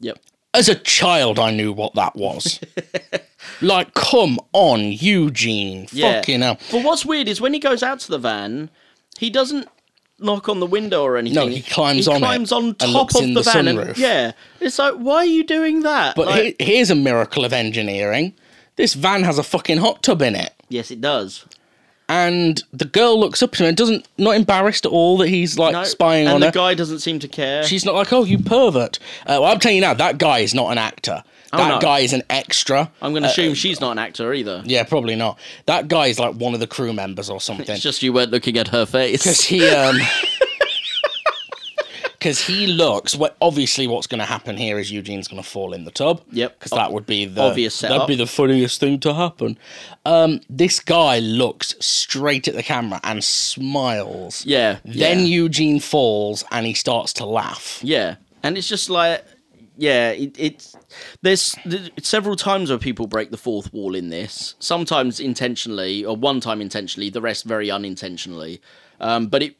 B: Yep.
C: as a child, I knew what that was. like, come on, Eugene.
B: Yeah.
C: Fucking hell.
B: But what's weird is when he goes out to the van, he doesn't knock on the window or anything.
C: No, he climbs on it
B: climbs on
C: and
B: top
C: looks
B: of
C: in
B: the,
C: the
B: van.
C: sunroof.
B: And, yeah, it's like, why are you doing that?
C: But
B: Like-
C: he- here's a miracle of engineering. This van has a fucking hot tub in it.
B: yes, it does.
C: And the girl looks up to him and doesn't, not embarrassed at all that he's like
B: No,
C: spying
B: and
C: on
B: the
C: her.
B: guy doesn't seem to care.
C: She's not like, oh, you pervert. Uh, well, I'm telling you now, that guy is not an actor. that
B: Oh, no.
C: guy is an extra.
B: I'm going to assume she's not an actor either.
C: uh, yeah, probably not. That guy is like one of the crew members or something.
B: It's just you weren't looking at her face.
C: because he um because he looks well, obviously what's going to happen here is eugene's going to fall in the tub
B: Yep.
C: because that would be the
B: Obvious setup.
C: that'd be the funniest thing to happen um this guy looks straight at the camera and smiles
B: Yeah.
C: then
B: yeah.
C: eugene falls and he starts to laugh
B: Yeah, and it's just like, yeah, it, it's there's, there's several times where people break the fourth wall in this. Sometimes intentionally, or one time intentionally, the rest very unintentionally. Um, but it,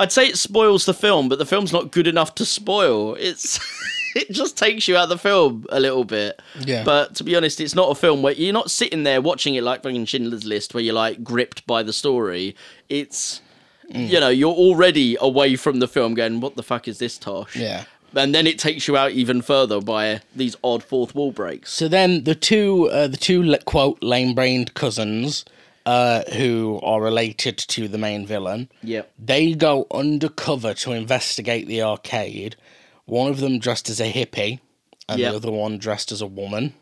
B: I'd say it spoils the film, but the film's not good enough to spoil. It's it just takes you out of the film a little bit.
C: Yeah.
B: But to be honest, it's not a film where you're not sitting there watching it like fucking Schindler's List, where you're like gripped by the story. It's you know you're already away from the film going what the fuck is this tosh
C: Yeah.
B: and then it takes you out even further by these odd fourth wall breaks
C: so then the two uh, the two le- quote lame-brained cousins uh, who are related to the main villain
B: yep
C: They go undercover to investigate the arcade. One of them dressed as a hippie, and
B: Yep.
C: the other one dressed as a woman.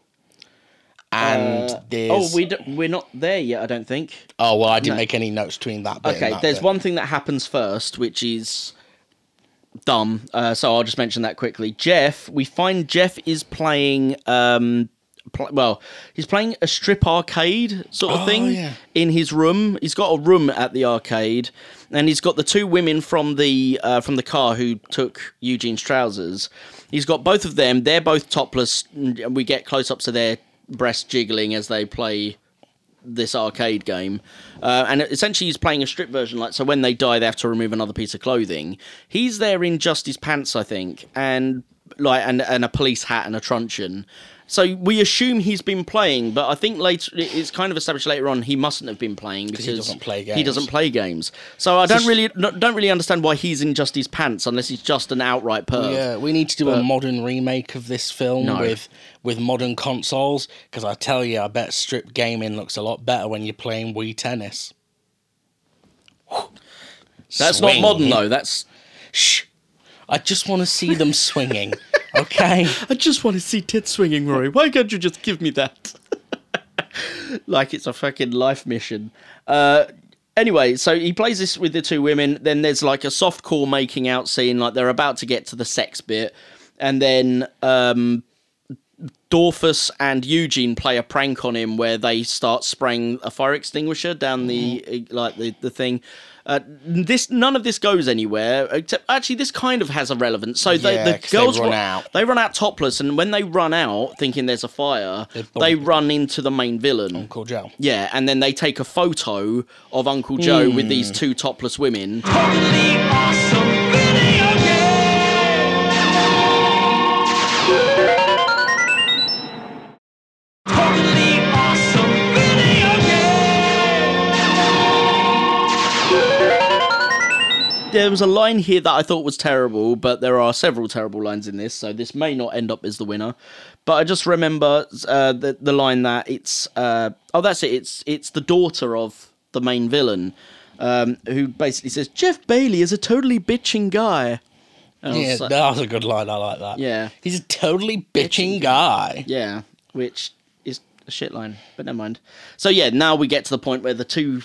C: And there's
B: oh we don't, we're not there yet i don't think
C: oh well, I didn't
B: no.
C: make any notes between that. Bit
B: okay
C: and that
B: there's
C: bit.
B: one thing that happens first which is dumb uh, so i'll just mention that quickly jeff we find jeff is playing um pl- well, he's playing a strip arcade sort of
C: Oh,
B: thing
C: yeah.
B: in his room. He's got a room at the arcade, and he's got the two women from the uh, from the car who took Eugene's trousers. He's got both of them. They're both topless. And we get close ups of their breasts jiggling as they play this arcade game, uh, and essentially he's playing a strip version. Like, so when they die, they have to remove another piece of clothing. He's there in just his pants, I think, and like and and a police hat and a truncheon. So we assume he's been playing, but I think later it- it's kind of established later on he mustn't have been playing because
C: he doesn't play
B: He
C: games.
B: doesn't play games. So I don't really no- don't really understand why he's in just his pants unless he's just an outright perv.
C: Yeah, we need to do a modern remake of this film with with modern consoles because I tell you, I bet strip gaming looks a lot better when you're playing Wii tennis.
B: That's
C: Swing.
B: not modern though. That's
C: Shh! I just want to see them swinging. Okay.
B: I just want to see tits swinging, Rory. Why can't you just give me that? like it's a fucking life mission. Uh, anyway, so he plays this with the two women. Then there's like a soft call making out scene, like they're about to get to the sex bit, and then um, Dorfus and Eugene play a prank on him where they start spraying a fire extinguisher down the like the the thing. Uh, this none of this goes anywhere except actually this kind of has a relevance. So they,
C: Yeah,
B: the
C: 'cause they
B: girls
C: run
B: wa-
C: out.
B: They run out topless, and when they run out, thinking there's a fire,
C: They bump
B: they
C: it.
B: run into the main villain.
C: Uncle Joe.
B: Yeah, and then they take a photo of Uncle Joe with these two topless women. There was a line here that I thought was terrible, but there are several terrible lines in this, so this may not end up as the winner. But I just remember uh, the the line that it's uh, oh that's it it's it's the daughter of the main villain um, who basically says Jeff Bailey is a totally bitching guy. And I was
C: Yeah,
B: like-
C: that was a good line. I like that.
B: Yeah.
C: He's a totally bitching guy.
B: Yeah, which is a shit line, but never mind. So yeah, now we get to the point where the two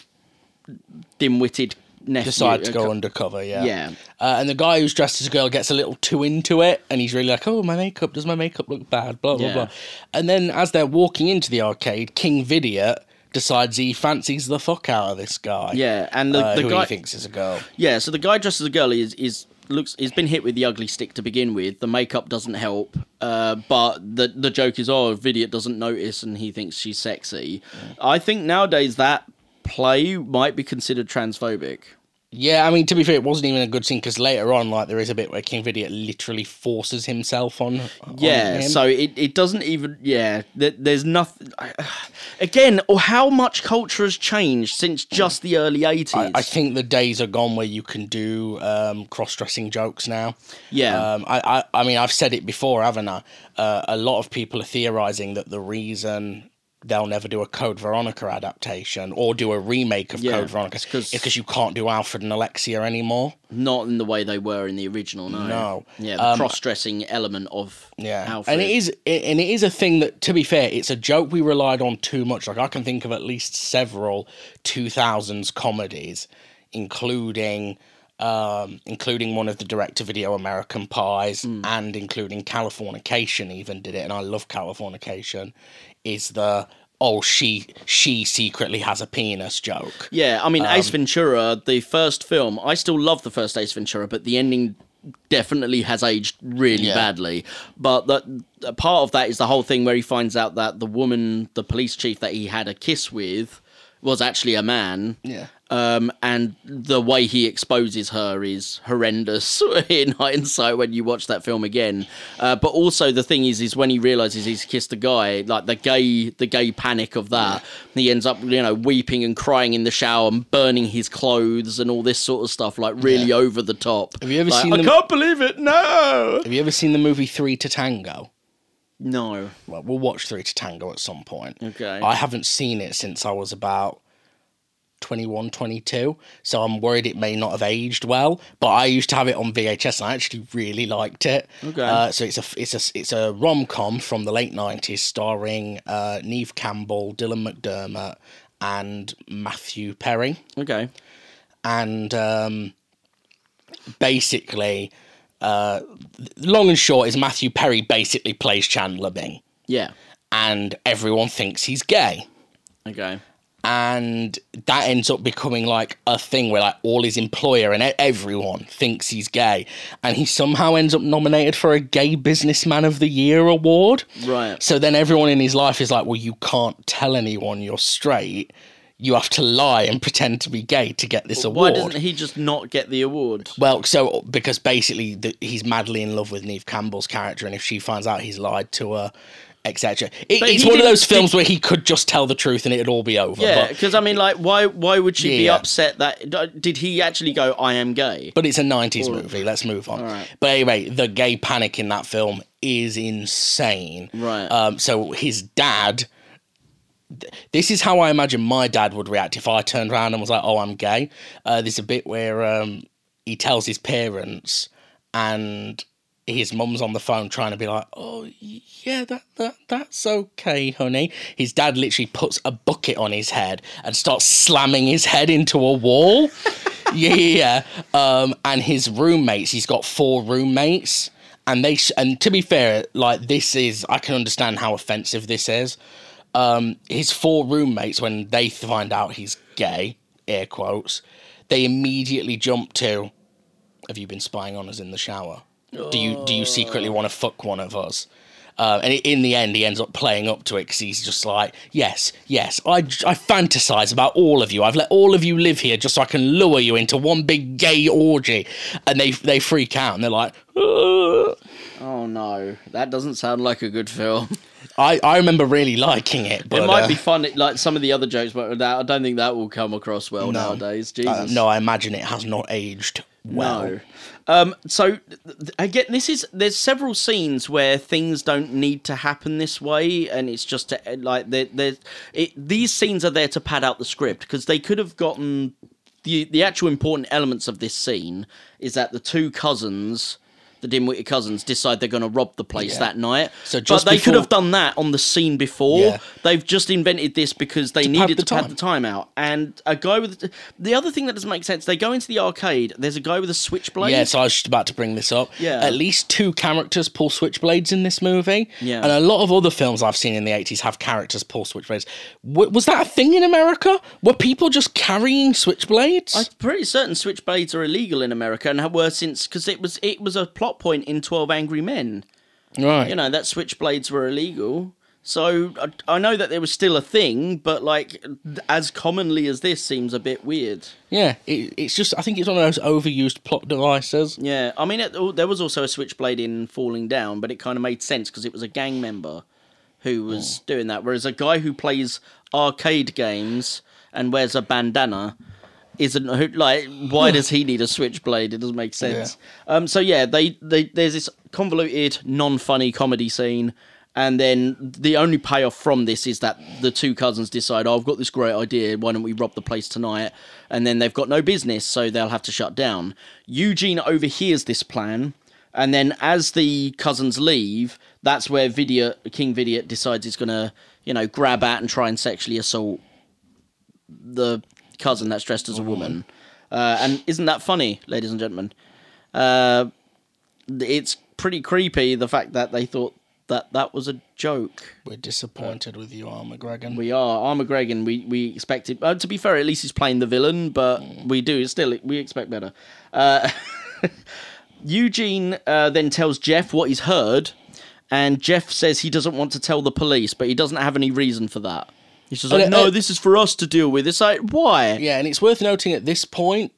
B: dim-witted nephew
C: Decide to go undercover, yeah.
B: Yeah.
C: Uh, and the guy who's dressed as a girl gets a little too into it, and he's really like, "Oh, my makeup does my makeup look bad?" Blah blah
B: Yeah.
C: blah. And then as they're walking into the arcade, King Vidiot decides he fancies the fuck out of this guy.
B: Yeah, and the-
C: uh,
B: the
C: who
B: guy-
C: he thinks is a girl.
B: Yeah, so the guy dressed as a girl is is looks he's been hit with the ugly stick to begin with. The makeup doesn't help, uh, but the the joke is oh, Vidiot doesn't notice and he thinks she's sexy. I think nowadays that play might be considered transphobic.
C: Yeah, I mean to be fair, it wasn't even a good scene because later on, like there is a bit where King Vidiot literally forces himself on. on
B: Yeah,
C: him.
B: so it, it doesn't even yeah. There, there's nothing. Again, or how much culture has changed since just the early eighties?
C: Mm. I, I think the days are gone where you can do um, cross-dressing jokes now.
B: Yeah.
C: Um, I, I, I mean, I've said it before, haven't I? Uh, a lot of people are theorizing that the reason they'll never do a Code Veronica adaptation or do a remake of
B: Yeah,
C: Code Veronica
B: it's
C: is
B: 'cause-
C: because you can't do Alfred and Alexia anymore.
B: Not in the way they were in the original. No.
C: No.
B: Yeah, the
C: Um,
B: cross-dressing element of
C: Yeah,
B: Alfred.
C: and it is, it, and it is a thing that, to be fair, it's a joke we relied on too much. Like I can think of at least several two thousands comedies, including, um, including one of the direct-to-video American Pies, and including Californication. Even did it, and I love Californication. Is the oh she she secretly has a penis joke?
B: Yeah, I mean
C: um,
B: Ace Ventura, the first film. I still love the first Ace Ventura, but the ending definitely has aged really
C: Yeah.
B: badly. But the, the part of that is the whole thing where he finds out that the woman, the police chief that he had a kiss with, was actually a man.
C: Yeah.
B: Um, and the way he exposes her is horrendous in hindsight when you watch that film again. Uh, but also the thing is, is when he realizes he's kissed a guy, like the gay, the gay panic of that, he ends up, you know, weeping and crying in the shower and burning his clothes and all this sort of stuff, like really over the top.
C: Have you ever
B: Like,
C: seen
B: I
C: them-
B: can't believe it. No.
C: Have you ever seen the movie Three to Tango?
B: No.
C: Well, we'll watch Three to Tango at some point.
B: Okay.
C: I haven't seen it since I was about 21, 22, so I'm worried it may not have aged well. But I used to have it on VHS, and I actually really liked it.
B: Okay.
C: Uh, so it's a it's a it's a rom com from the late '90s, starring uh, Neve Campbell, Dylan McDermott, and Matthew Perry
B: Okay.
C: and um, basically, uh, th- long and short is Matthew Perry basically plays Chandler Bing,
B: Yeah.
C: and everyone thinks he's gay
B: Okay.
C: and that ends up becoming like a thing where like all his employer and e- everyone thinks he's gay and he somehow ends up nominated for a gay businessman of the year award
B: Right.
C: so then everyone in his life is like well you can't tell anyone you're straight you have to lie and pretend to be gay to get this
B: Why
C: award
B: doesn't he just not get the award?
C: well so because basically the, he's madly in love with neve campbell's character and if she finds out he's lied to her etc it,
B: But
C: it's
B: he
C: one of
B: didn't-
C: those films where he could just tell the truth and it'd all be over
B: Yeah,
C: but-
B: because I mean, like, why why would she be
C: Yeah.
B: upset that d- did he actually go? I am gay.
C: But it's a 90s movie. Let's move on. But anyway, the gay panic in that film is insane.
B: Right.
C: Um, so his dad. th- This is how I imagine my dad would react if I turned around and was like, "Oh, I'm gay." Uh, there's a bit where um, he tells his parents, and his mum's on the phone trying to be like, "Oh, yeah, that that that's okay, honey." His dad literally puts a bucket on his head and starts slamming his head into a wall. yeah, yeah, yeah. Um, and his roommates, he's got four roommates, and they sh- and to be fair, like this is I can understand how offensive this is. Um, his four roommates, when they find out he's gay, air quotes, they immediately jump to, "Have you been spying on us in the shower? Do you do you secretly want to fuck one of us?" Uh, and in the end, he ends up playing up to it because he's just like, yes, yes, I, I fantasize about all of you. I've let all of you live here just so I can lure you into one big gay orgy. And they they freak out and they're like, "Ugh."
B: Oh no, that doesn't sound like a good film.
C: I, I remember really liking it. But,
B: it might
C: uh,
B: be fun, like some of the other jokes, but that I don't think that will come across well nowadays. Jesus,
C: uh, no, I imagine it has not aged well.
B: No. Um, so th- th- again, this is there's several scenes where things don't need to happen this way, and it's just to, eh, like there there's it, these scenes are there to pad out the script because they could have gotten the the actual important elements of this scene is that the two cousins. The Dimwitty cousins decide they're going to rob the place
C: Yeah.
B: that night.
C: So
B: but
C: just
B: they could
C: before-
B: have done that on the scene before.
C: Yeah.
B: They've just invented this because they
C: pad
B: needed
C: the
B: to pad
C: time.
B: the time out. And a guy with the other thing that doesn't make sense, they go into the arcade. There's a guy with a switchblade.
C: Yeah, so I was just about to bring this up.
B: Yeah.
C: At least two characters pull switchblades in this movie.
B: Yeah.
C: And a lot of other films I've seen in the 80s have characters pull switchblades. W- was that a thing in America? Were people just carrying switchblades?
B: I'm pretty certain switchblades are illegal in America and have were since because it was it was a plot point in Twelve Angry Men.
C: right.
B: You know that switchblades were illegal. So I, I know that there was still a thing, but like as commonly as this seems a bit weird.
C: Yeah. It, it's just, I think it's one of those overused plot devices.
B: Yeah, I mean, it, oh, there was also a switchblade in Falling Down, but it kind of made sense because it was a gang member who was doing that. Whereas a guy who plays arcade games and wears a bandana isn't who, like, why does he need a switchblade? It doesn't make sense. Um, so yeah, they, they there's this convoluted, non-funny comedy scene. And then the only payoff from this is that the two cousins decide, oh, I've got this great idea. Why don't we rob the place tonight? And then they've got no business, so they'll have to shut down. Eugene overhears this plan. And then as the cousins leave, that's where Vidiot, King Vidiot decides he's going to, you know, grab at and try and sexually assault the cousin that's dressed as a woman. Uh, and isn't that funny, ladies and gentlemen? Uh, it's pretty creepy the fact that they thought that that was a joke.
C: We're disappointed with you, R. McGregor.
B: We are R. McGregor. We we expected. Uh, to be fair, at least he's playing the villain, but we do still we expect better. Uh, Eugene uh, then tells Jeff what he's heard, and Jeff says he doesn't want to tell the police, but he doesn't have any reason for that. He's just like,
C: uh,
B: no,
C: uh,
B: this is for us to deal with. It's like, why?
C: yeah, and it's worth noting at this point,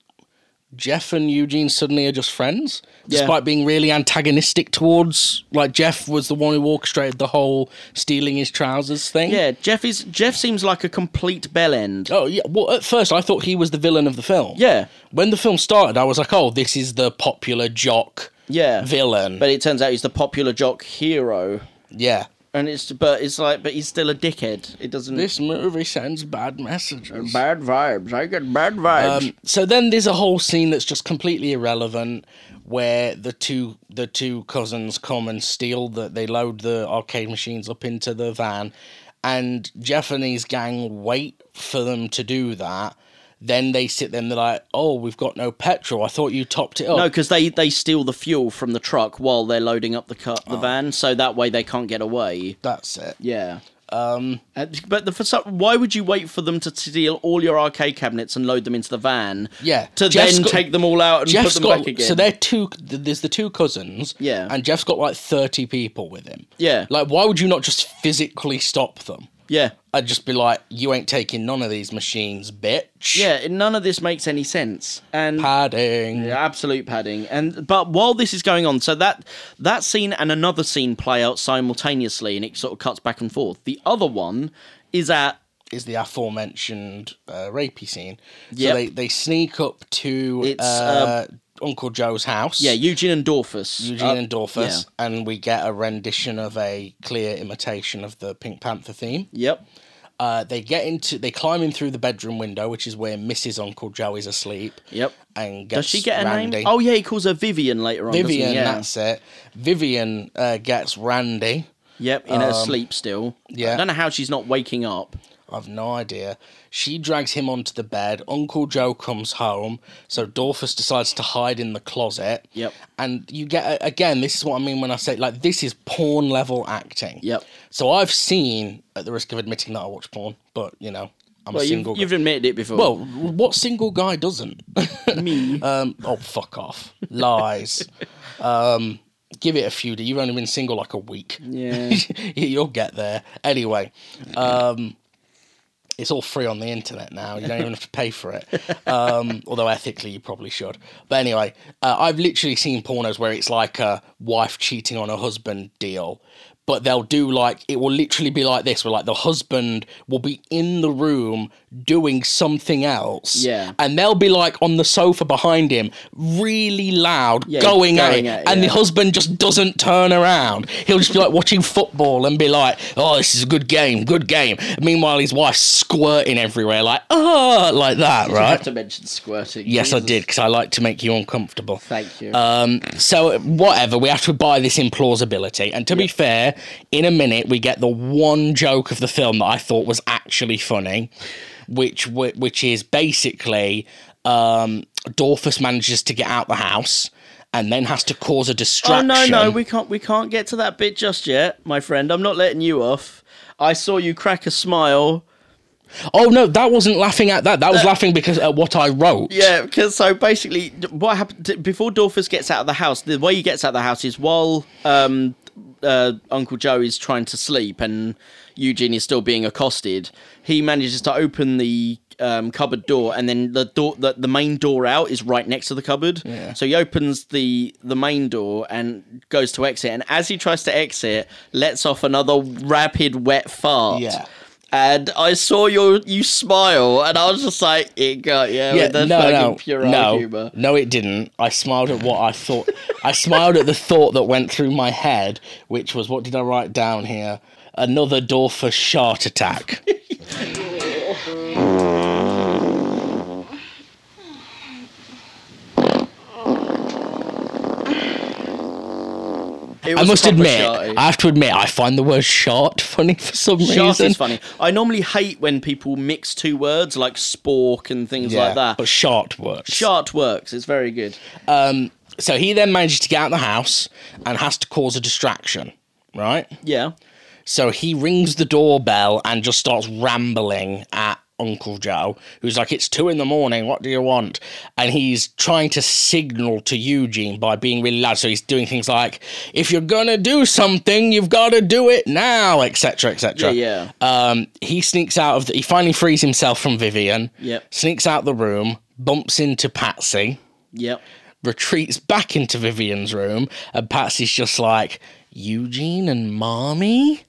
C: Jeff and Eugene suddenly are just friends,
B: Yeah.
C: despite being really antagonistic towards. Like Jeff was the one who orchestrated the whole stealing his trousers thing.
B: Yeah, Jeff is Jeff seems like a complete bell end.
C: Oh yeah. Well, at first I thought he was the villain of the film.
B: Yeah.
C: When the film started, I was like, "Oh, this is the popular jock
B: Yeah,
C: villain."
B: but it turns out he's the popular jock hero,
C: yeah.
B: and it's but it's like but he's still a dickhead. It doesn't.
C: This movie sends bad messages.
B: Bad vibes. I get bad vibes.
C: Um, so then there's a whole scene that's just completely irrelevant where the two the two cousins come and steal the they load the arcade machines up into the van and Jeff and his gang wait for them to do that. Then they sit there and they're like, "Oh, we've got no petrol. I thought you topped it up."
B: No, because they, they steal the fuel from the truck while they're loading up the car,
C: Oh.
B: the van, so that way they can't get away.
C: that's it.
B: Yeah. Um, but the, for some, why would you wait for them to steal all your arcade cabinets and load them into the van?
C: Yeah.
B: To
C: Jeff's
B: then
C: got-
B: take them all out and
C: Jeff's
B: put them
C: got
B: back again.
C: so they're two. th- There's the two cousins.
B: Yeah.
C: and Jeff's got like thirty people with him.
B: Yeah.
C: like why would you not just physically stop them?
B: yeah.
C: I'd just be like, "You ain't taking none of these machines, bitch."
B: Yeah. and None of this makes any sense. And
C: padding.
B: Yeah, absolute padding. And but while this is going on, so that that scene and another scene play out simultaneously, and it sort of cuts back and forth. The other one is at
C: Is the aforementioned uh, rapey scene?
B: Yep.
C: So they they sneak up to
B: It's, um,
C: uh, Uncle Joe's house.
B: yeah Eugene and Dorfus.
C: Eugene
B: Uh,
C: and Dorfus, and we get a rendition of a clear imitation of the Pink Panther theme.
B: yeah. Yep.
C: Uh, they get into, they climb in through the bedroom window, which is where Mrs. Uncle Joe is asleep.
B: Yep.
C: And gets
B: Does she get a
C: Randy.
B: name? Oh yeah, he calls her Vivian later on. doesn't he?
C: Vivian,
B: Yeah.
C: that's it. Vivian uh, gets Randy.
B: Yep, in her sleep still.
C: um, yeah.
B: I don't know how she's not waking up.
C: I've no idea. She drags him onto the bed. Uncle Joe comes home, so Dorfus decides to hide in the closet.
B: Yep.
C: And you get again, this is what I mean when I say like this is porn level acting.
B: Yep.
C: So I've seen, at the risk of admitting that I watch porn, but you know, I'm
B: Well,
C: a
B: you've,
C: single. guy.
B: you've admitted it before.
C: well, what single guy doesn't? Me. um. Oh, fuck off! Lies. um. Give it a few. days. You've only been single like a week.
B: yeah,
C: You'll get there. Anyway, um, it's all free on the internet now. You don't even have to pay for it. Um, although ethically, you probably should. But anyway, uh, I've literally seen pornos where it's like a wife cheating on a husband deal. But they'll do like, it will literally be like this where like the husband will be in the room doing something else.
B: Yeah.
C: And they'll be like on the sofa behind him, really loud,
B: Yeah,
C: going, at,
B: going
C: it,
B: at it,
C: And the
B: yeah.
C: husband just doesn't turn around. He'll just be like watching football and be like, "Oh, this is a good game, good game." Meanwhile, his wife's squirting everywhere, like, "Oh," like
B: I have
C: that, right?
B: to mention squirting.
C: Yes, I
B: Jesus.
C: did because I like to make you uncomfortable.
B: Thank you.
C: Um, so whatever, we have to buy this implausibility. And to be fair, in a minute we get the one joke of the film that I thought was actually funny, which whi- which is basically um, Dorfus manages to get out the house and then has to cause a
B: Oh
C: distraction.
B: no, no, we can't we can't get to that bit just yet, my friend. I'm not letting you off. I saw you crack a smile.
C: Oh no, that wasn't laughing at that. That was laughing because at what I wrote.
B: Yeah, because so basically, d- what happened d- before Dorfus gets out of the house? The way he gets out of the house is while um, uh, Uncle Joe is trying to sleep and Eugene is still being accosted. He manages to open the um, cupboard door, and then the door, the, the main door out, is right next to the cupboard.
C: Yeah.
B: So he opens the the main door and goes to exit, and as he tries to exit, lets off another rapid wet fart.
C: Yeah.
B: And I saw your you smile, and I was just like, "It got yeah."
C: Yeah,
B: with the
C: no,
B: fucking
C: no,
B: puerile
C: no,
B: humor.
C: no, it didn't. I smiled at what I thought. I smiled at the thought that went through my head, which was, what did I write down here? Another door for shart attack.
B: It
C: I
B: was
C: must
B: proper
C: admit,
B: sharty.
C: I have to admit, I find the word shart funny for some
B: Shart
C: reason.
B: is funny. I normally hate when people mix two words like spork and things
C: Yeah,
B: like that.
C: But shart works.
B: Shart works. It's very good.
C: So he then manages to get out of the house and has to cause a distraction, right?
B: Yeah.
C: So he rings the doorbell and just starts rambling at Uncle Joe, who's like, It's two in the morning, what do you want? And he's trying to signal to Eugene by being really loud. So he's doing things like, If you're gonna do something, you've gotta do it now, etc. etc.
B: Yeah,
C: Um he sneaks out of the he finally frees himself from Vivian,
B: Yep.
C: sneaks out the room, bumps into Patsy
B: Yep.
C: retreats back into Vivian's room, and Patsy's just like, Eugene and Mommy?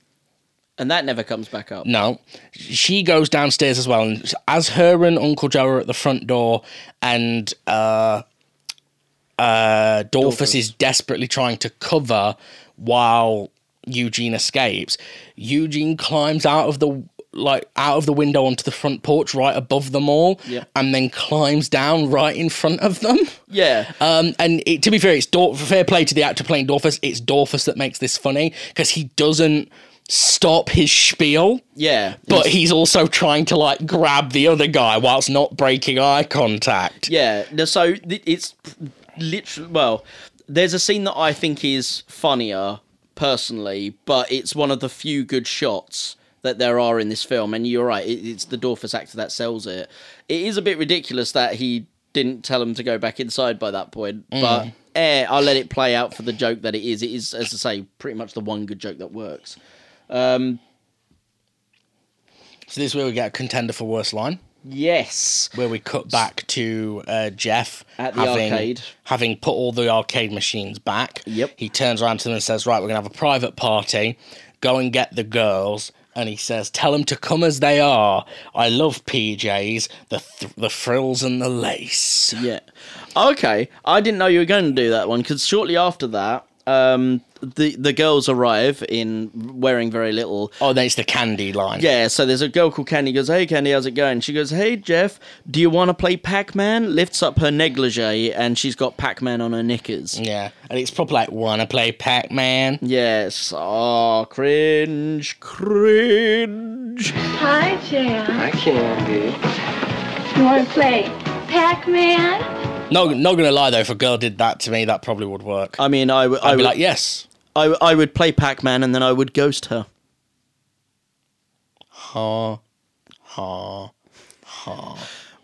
B: And that never comes back up.
C: No. She goes downstairs as well, and as her and Uncle Joe are at the front door, and uh, uh, Dolphus, is desperately trying to cover while Eugene escapes, Eugene climbs out of the like out of the window onto the front porch right above them all
B: Yep.
C: and then climbs down right in front of them
B: Yeah.
C: um, and it, to be fair, it's Dor- fair play to the actor playing Dorfus. It's Dorfus that makes this funny because he doesn't stop his spiel.
B: Yeah.
C: But he's also trying to like grab the other guy whilst not breaking eye contact.
B: Yeah. no, So th- it's literally well. There's a scene that I think is funnier personally, but it's one of the few good shots that there are in this film. And you're right, it, it's the Dorfus actor that sells it. It is a bit ridiculous that he didn't tell him to go back inside by that point, but. Eh, I'll let it play out for the joke that it is. It is, as I say, pretty much the one good joke that works.
C: So this is where we get a contender for worst line,
B: Yes.
C: where we cut back to uh, Jeff
B: At the arcade.
C: having put all the arcade machines back.
B: Yep.
C: He turns around to them and says, "Right, we're gonna have a private party. Go and get the girls." And he says, "Tell them to come as they are. I love PJs, the th- the frills and the lace."
B: Yeah. Okay. I didn't know you were going to do that one because shortly after that, um, the the girls arrive in wearing very little.
C: Oh, then it's the candy line.
B: Yeah, so there's a girl called Candy goes, Hey Candy, how's it going? She goes, Hey Jeff, do you want to play Pac Man? Lifts up her negligee and she's got Pac Man on her knickers.
C: Yeah, and it's probably like wanna play Pac Man.
B: Yes. Oh, cringe, cringe.
E: Hi, Jan.
F: I can't be.
E: You want to play Pac-Man?
C: No, not gonna lie though, if a girl did that to me, that probably would work.
B: I mean, I, w- I
C: I'd be
B: would
C: like, yes.
B: I, w- I would play Pac Man and then I would ghost her.
C: Ha, ha.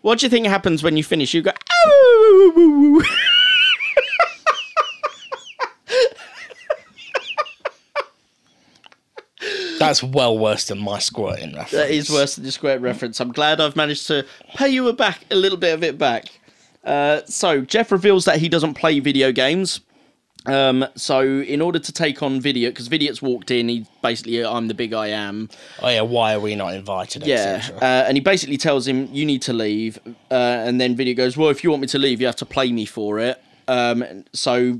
B: What do you think happens when you finish? You go, "Ow!"
C: That's well worse than my squirting reference.
B: That is worse than the square reference. I'm glad I've managed to pay you a back a little bit of it back. Uh, so Jeff reveals that he doesn't play video games. Um, so in order to take on Vidiot, because Vidiot's walked in, he basically I'm the big I am.
C: Oh yeah, why are we not invited?
B: Yeah,
C: etc.
B: uh, and he basically tells him you need to leave. Uh, and then Vidiot goes, well, if you want me to leave, you have to play me for it. Um, and so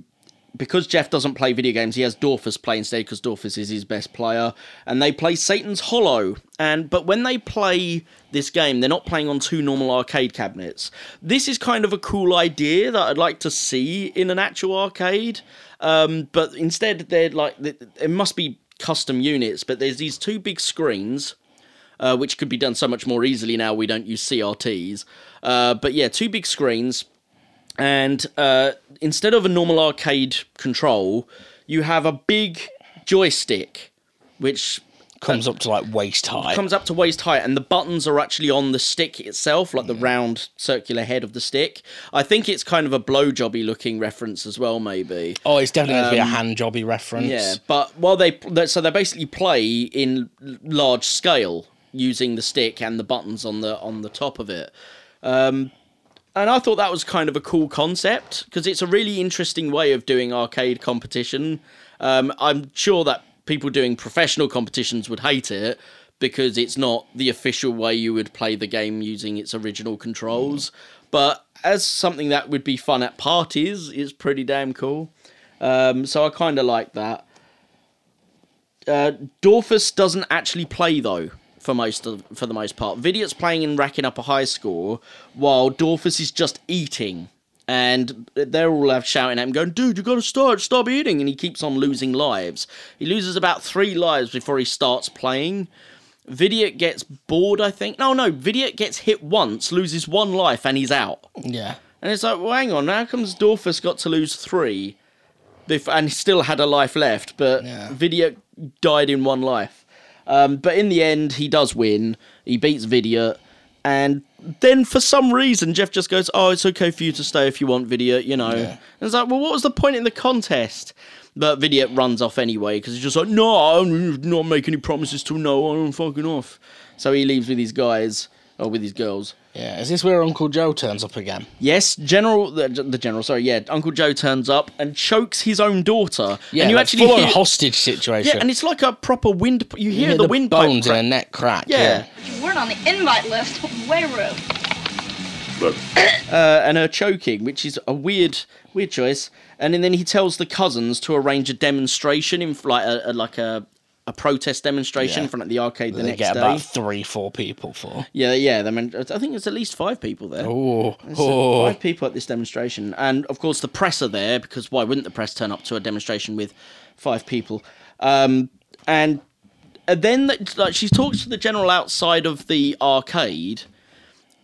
B: because Jeff doesn't play video games, he has Dorfus play instead because Dorfus is his best player, and they play Satan's Hollow. And but when they play this game, they're not playing on two normal arcade cabinets. This is kind of a cool idea that I'd like to see in an actual arcade. Um, but instead, they're like th- it must be custom units, but there's these two big screens. Uh, which could be done so much more easily now we don't use CRTs. Uh, but yeah, two big screens, and uh, instead of a normal arcade control, you have a big joystick, which
C: comes up to like waist high.
B: comes up to waist height, and the buttons are actually on the stick itself, like the round circular head of the stick. I think it's kind of a blowjobby looking reference as well, maybe.
C: oh, it's definitely going to be a hand jobby reference.
B: Um, Yeah, but while they that- so they basically play in l- large scale using the stick and the buttons on the on the top of it. Um, and I thought that was kind of a cool concept because it's a really interesting way of doing arcade competition. Um, I'm sure that people doing professional competitions would hate it because it's not the official way you would play the game using its original controls. But as something that would be fun at parties, it's pretty damn cool. Um, so I kind of like that. Uh, Dorfus doesn't actually play though for most of, for the most part. Vidiot's playing and racking up a high score, while Dorfus is just eating. And they're all out shouting at him, going, "Dude, you got to start, stop eating!" And he keeps on losing lives. He loses about three lives before he starts playing. Vidiot gets bored, I think. No, no, Vidiot gets hit once, loses one life, and he's out.
C: yeah.
B: And it's like, well, hang on, how comes Dorfus got to lose three bef- and still had a life left, but
C: Yeah.
B: Vidiot died in one life? Um, but in the end, he does win. He beats Vidiot. And then for some reason, Jeff just goes, oh, it's okay for you to stay if you want, Vidiot, you know. And it's like, well, what was the point in the contest? But Vidiot runs off anyway because he's just like, no, I'm not making any promises to no, I'm fucking off. So he leaves with his guys, or with his girls.
C: Yeah. Is this where Uncle Joe turns up again?
B: Yes, General the, the General. Sorry, yeah, Uncle Joe turns up and chokes his own daughter.
C: Yeah.
B: and you
C: like
B: actually
C: full on
B: hear,
C: hostage situation.
B: yeah, and it's like a proper wind. You
C: You
B: hear
C: hear
B: the,
C: wind
B: windpipe
C: bones
B: crack.
C: in a neck crack.
B: Yeah,
E: You weren't on the invite list. Way rude.
B: uh, and her choking, which is a weird, weird choice. And then he tells the cousins to arrange a demonstration in like a, a- like a a protest demonstration
C: Yeah.
B: in front of the arcade the
C: They
B: next
C: get
B: day.
C: about three, four people for.
B: Yeah, yeah. I, mean, I think it's at least five people there.
C: Oh,
B: So
C: oh.
B: five people at this demonstration, and of course the press are there because why wouldn't the press turn up to a demonstration with five people? Um, and and then that- like she talks to the general outside of the arcade,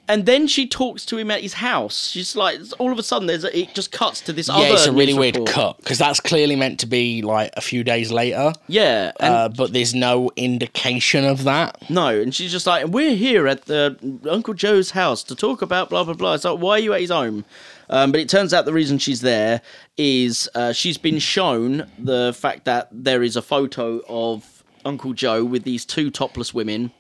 B: and then she talks to him at his house. She's like, all of a sudden, there's a, it just cuts to this.
C: yeah,
B: other
C: it's a really
B: news
C: weird
B: report.
C: cut because that's clearly meant to be like a few days later.
B: Yeah, and
C: uh, but there's no indication of that.
B: no, and she's just like, we're here at the Uncle Joe's house to talk about blah blah blah. It's like, why are you at his home? Um, but it turns out the reason she's there is uh, she's been shown the fact that there is a photo of Uncle Joe with these two topless women.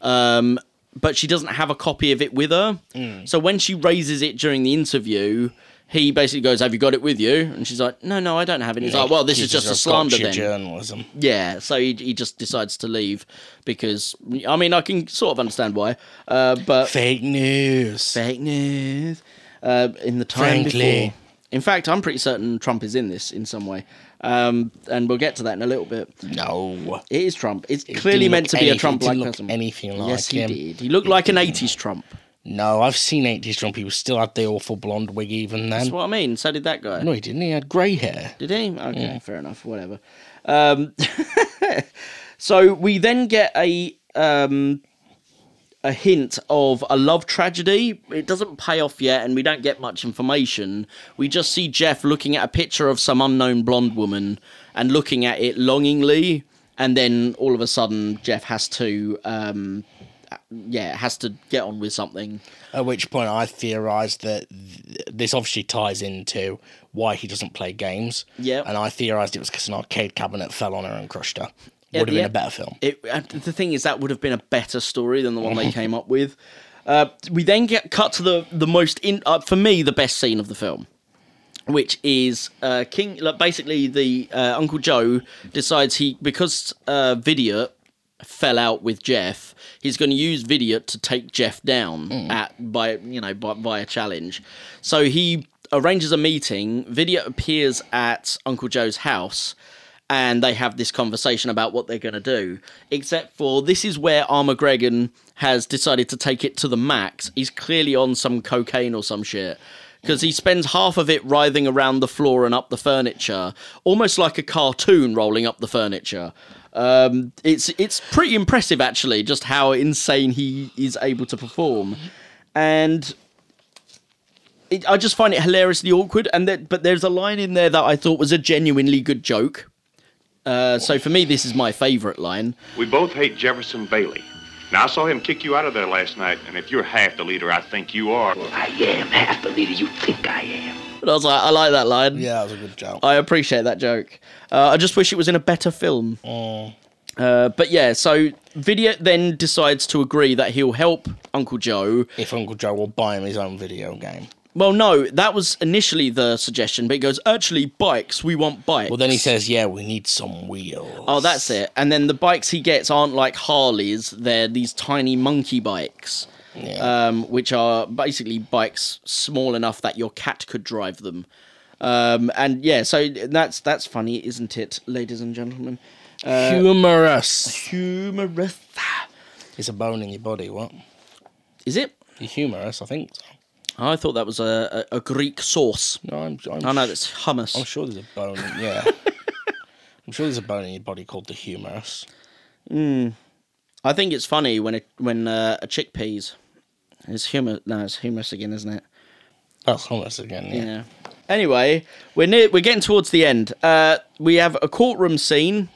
B: um, but she doesn't have a copy of it with her. So when she raises it during the interview, he basically goes, "Have you got it with you?" And she's like, "No, no, I don't have it." And he's like, "Well, this is
C: Accuses
B: just a
C: her of
B: slander
C: gotcha
B: then."
C: Journalism.
B: Yeah, so he, he just decides to leave because I mean I can sort of understand why, uh, but
C: Fake news.
B: fake news uh, in the time
C: Frankly.
B: before. In fact, I'm pretty certain Trump is in this in some way, um, and we'll get to that in a little bit.
C: No.
B: It is Trump. It's
C: It
B: clearly
C: didn't
B: meant
C: look
B: to be a
C: anything-
B: Trump-like
C: didn't look
B: person.
C: anything like
B: yes, he
C: him.
B: did. He looked like an '80s Trump.
C: No, I've seen 80s Trump. He was still had the awful blonde wig even then.
B: That's what I mean. So did that guy.
C: No, he didn't. He had grey hair.
B: Did he? Okay, fair enough. Whatever. Um, so we then get a um, a hint of a love tragedy. It doesn't pay off yet, and we don't get much information. We just see Jeff looking at a picture of some unknown blonde woman and looking at it longingly, and then all of a sudden Jeff has to. Um, yeah, has to get on with something.
C: At which point, I theorised that th- this obviously ties into why he doesn't play games.
B: Yep.
C: And I theorised it was because an arcade cabinet fell on her and crushed her.
B: Yeah,
C: Would have been
B: yeah.
C: a better film.
B: It, and the thing is, that would have been a better story than the one they came up with. Uh, we then get cut to the the most in uh, for me the best scene of the film, which is uh, King. Like, basically, the uh, Uncle Joe decides he because uh, Vidiot fell out with Jeff, he's going to use Vidiot to take Jeff down at by you know by, by a challenge. So he arranges a meeting. Vidiot appears at Uncle Joe's house and they have this conversation about what they're going to do. Except for this is where Armageddon has decided to take it to the max. He's clearly on some cocaine or some shit. Because he spends half of it writhing around the floor and up the furniture, almost like a cartoon rolling up the furniture. Um, it's it's pretty impressive actually, just how insane he is able to perform, and it, I just find it hilariously awkward. And that, but there's a line in there that I thought was a genuinely good joke. Uh, so for me, this is my favourite line.
F: We both hate Jefferson Bailey. Now, I saw him kick you out of there last night, and if you're half the leader I think you are,
G: I am half the leader you think I am.
B: And I was like, I like that line.
C: Yeah, that was a good joke.
B: I appreciate that joke. Uh, I just wish it was in a better film. Uh, but yeah, so Vidiot then decides to agree that he'll help Uncle Joe.
C: if Uncle Joe will buy him his own video game.
B: Well, no, that was initially the suggestion, but it goes, actually, bikes, we want bikes.
C: Well, then he says, "Yeah, we need some wheels."
B: Oh, that's it. And then the bikes he gets aren't like Harleys; they're these tiny monkey bikes,
C: Yeah.
B: um, which are basically bikes small enough that your cat could drive them. Um, and yeah, so that's that's funny, isn't it, ladies and gentlemen?
C: humorous.
B: Humorous.
C: It's a bone in your body. What?
B: Is it?
C: You're humorous, I think. So.
B: I thought that was a, a, a Greek sauce.
C: No, I'm. I'm
B: Oh no, that's hummus.
C: I'm sure there's a bone. Yeah. I'm sure there's a bone in your body called the humerus.
B: I think it's funny when it when uh, a chickpeas. It's humor. No, it's humorous again, isn't it?
C: That's humorous again. Yeah.
B: Yeah. Anyway, we're near. We're getting towards the end. Uh, we have a courtroom scene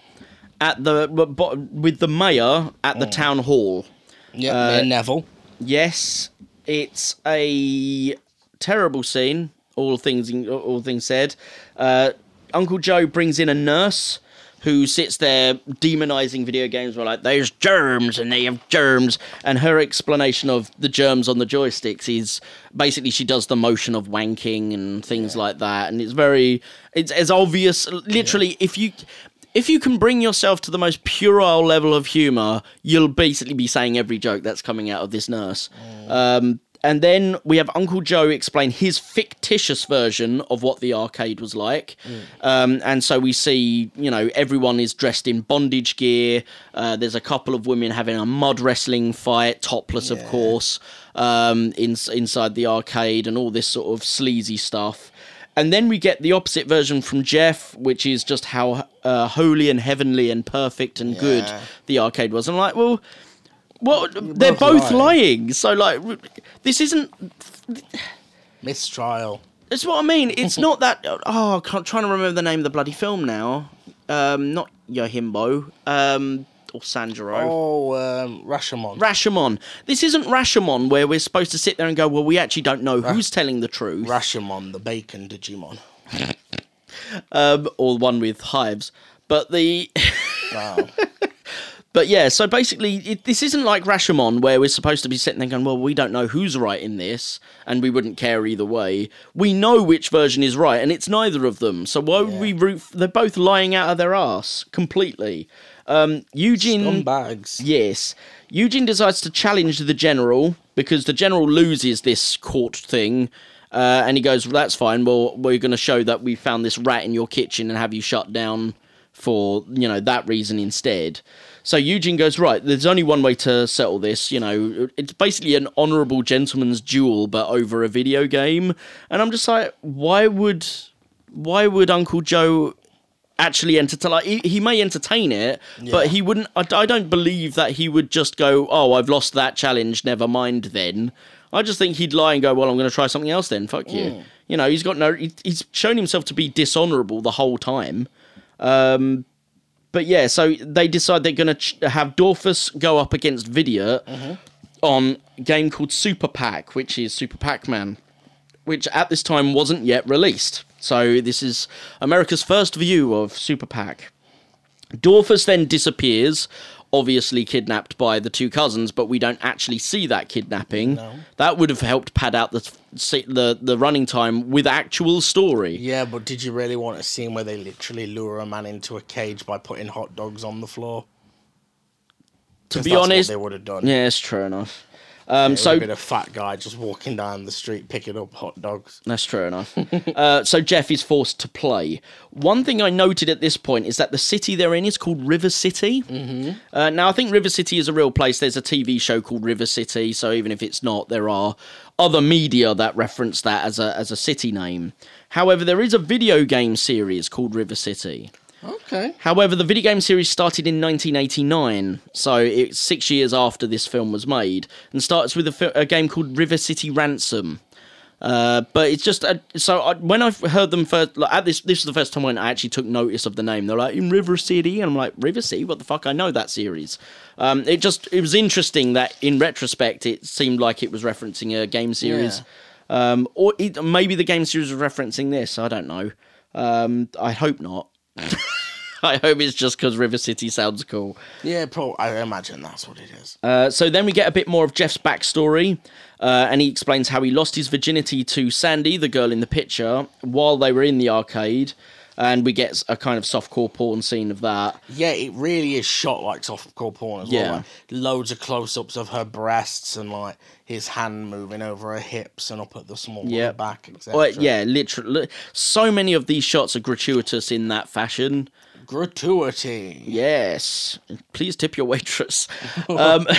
B: at the w- bo- with the mayor at the town hall.
C: Yeah.
B: Uh,
C: Mayor Neville.
B: Yes, it's a terrible scene. All things, in- all things said. Uh, Uncle Joe brings in a nurse who sits there demonizing video games. We're like, there's germs, and they have germs. And her explanation of the germs on the joysticks is basically she does the motion of wanking and things like that. And it's very, it's as obvious. Literally, if you. If you can bring yourself to the most puerile level of humor, you'll basically be saying every joke that's coming out of this nurse. Um, and then we have Uncle Joe explain his fictitious version of what the arcade was like. Um, and so we see, you know, everyone is dressed in bondage gear. Uh, there's a couple of women having a mud wrestling fight, topless, of course, um, in, inside the arcade and all this sort of sleazy stuff. And then we get the opposite version from Jeff, which is just how uh, holy and heavenly and perfect and good
H: Yeah.
B: the arcade was. I'm like, well, what? They're both,
C: both
B: lying. So like, this isn't.
C: Mistrial.
B: That's what I mean. It's not that. Oh, I can't, trying to remember the name of the bloody film now. Um, not Yojimbo. Um, or Sanjuro.
C: Oh, um, Rashomon.
B: Rashomon. This isn't Rashomon where we're supposed to sit there and go, well, we actually don't know who's telling the truth,
C: Rashomon, the bacon Digimon.
B: um, or one with hives. But the,
C: Wow.
B: but yeah. So basically, it, this isn't like Rashomon where we're supposed to be sitting there going, well, we don't know who's right in this, and we wouldn't care either way. We know which version is right, and it's neither of them. So why would we root? f- They're both lying out of their ass completely. Um, Eugene
C: Scumbags.
B: Yes. Eugene decides to challenge the general because the general loses this court thing. Uh, and he goes, well, That's fine. Well, we're going to show that we found this rat in your kitchen and have you shut down for, you know, that reason instead. So Eugene goes, Right, there's only one way to settle this. You know, it's basically an honorable gentleman's duel, but over a video game. And I'm just like, Why would. Why would Uncle Joe actually entertain like he, he may entertain it but he wouldn't I, I don't believe that he would just go oh i've lost that challenge never mind then i just think he'd lie and go well i'm going to try something else then fuck you you know he's got no he, he's shown himself to be dishonorable the whole time but yeah, so they decide they're going to ch- have Dorfus go up against Vidia on a game called Super Pac, which is Super Pac Man, which at this time wasn't yet released. So this is America's first view of Super Pac. Dorfus then disappears, obviously kidnapped by the two cousins, but we don't actually see that kidnapping. That would have helped pad out the, the the running time with actual story.
C: Yeah, but did you really want a scene where they literally lure a man into a cage by putting hot dogs on the floor?
B: to
C: 'Cause
B: be
C: that's what
B: honest,
C: they would have done.
B: yeah, it's true enough. Um,
C: so
B: so
C: a bit of fat guy just walking down the street picking up hot dogs.
B: That's true enough. uh, so Jeff is forced to play. One thing I noted at this point is that the city they're in is called River City. Mm-hmm. Uh, now, I think River City is a real place. There's a TV show called River City, so even if it's not, there are other media that reference that as a as a city name. However, there is a video game series called River City.
C: Okay.
B: However, the video game series started in 1989, so it's six years after this film was made, and starts with a, fi- a game called River City Ransom. Uh, but it's just a, so I, when I heard them first, like, at this this is the first time when I actually took notice of the name. They're like in River City, and I'm like River City. What the fuck? I know that series. Um, it just it was interesting that in retrospect, it seemed like it was referencing a game series. Um, or it, maybe the game series was referencing this. I don't know. Um, I hope not. I hope it's just because River City sounds cool.
C: Yeah, probably. I imagine that's what it is.
B: Uh, so then we get a bit more of Jeff's backstory, uh, and he explains how he lost his virginity to Sandy, the girl in the picture, while they were in the arcade. And we get a kind of softcore porn scene of that.
C: yeah, it really is shot like softcore porn as
B: Yeah.
C: well. Like, loads of close-ups of her breasts and like his hand moving over her hips and up at the small of her
B: Yep.
C: back, etc.
B: Well, yeah, literally. So many of these shots are gratuitous in that fashion.
C: Gratuity.
B: Yes. Please tip your waitress. um, Uh,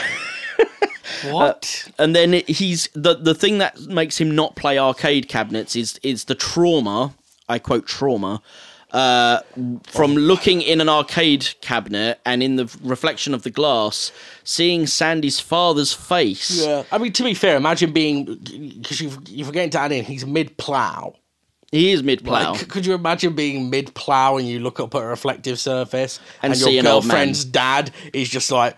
C: What?
B: and then it- he's the the thing that makes him not play arcade cabinets is is the trauma. I quote trauma uh, from looking in an arcade cabinet and in the reflection of the glass, seeing Sandy's father's face.
C: yeah. I mean, to be fair, imagine being because you you're forgetting to add in he's mid plow.
B: He is mid plow.
C: Like, c- could you imagine being mid plow and you look up at a reflective surface
B: And
C: and,
B: see
C: your
B: an old man.
C: girlfriend's dad is just like,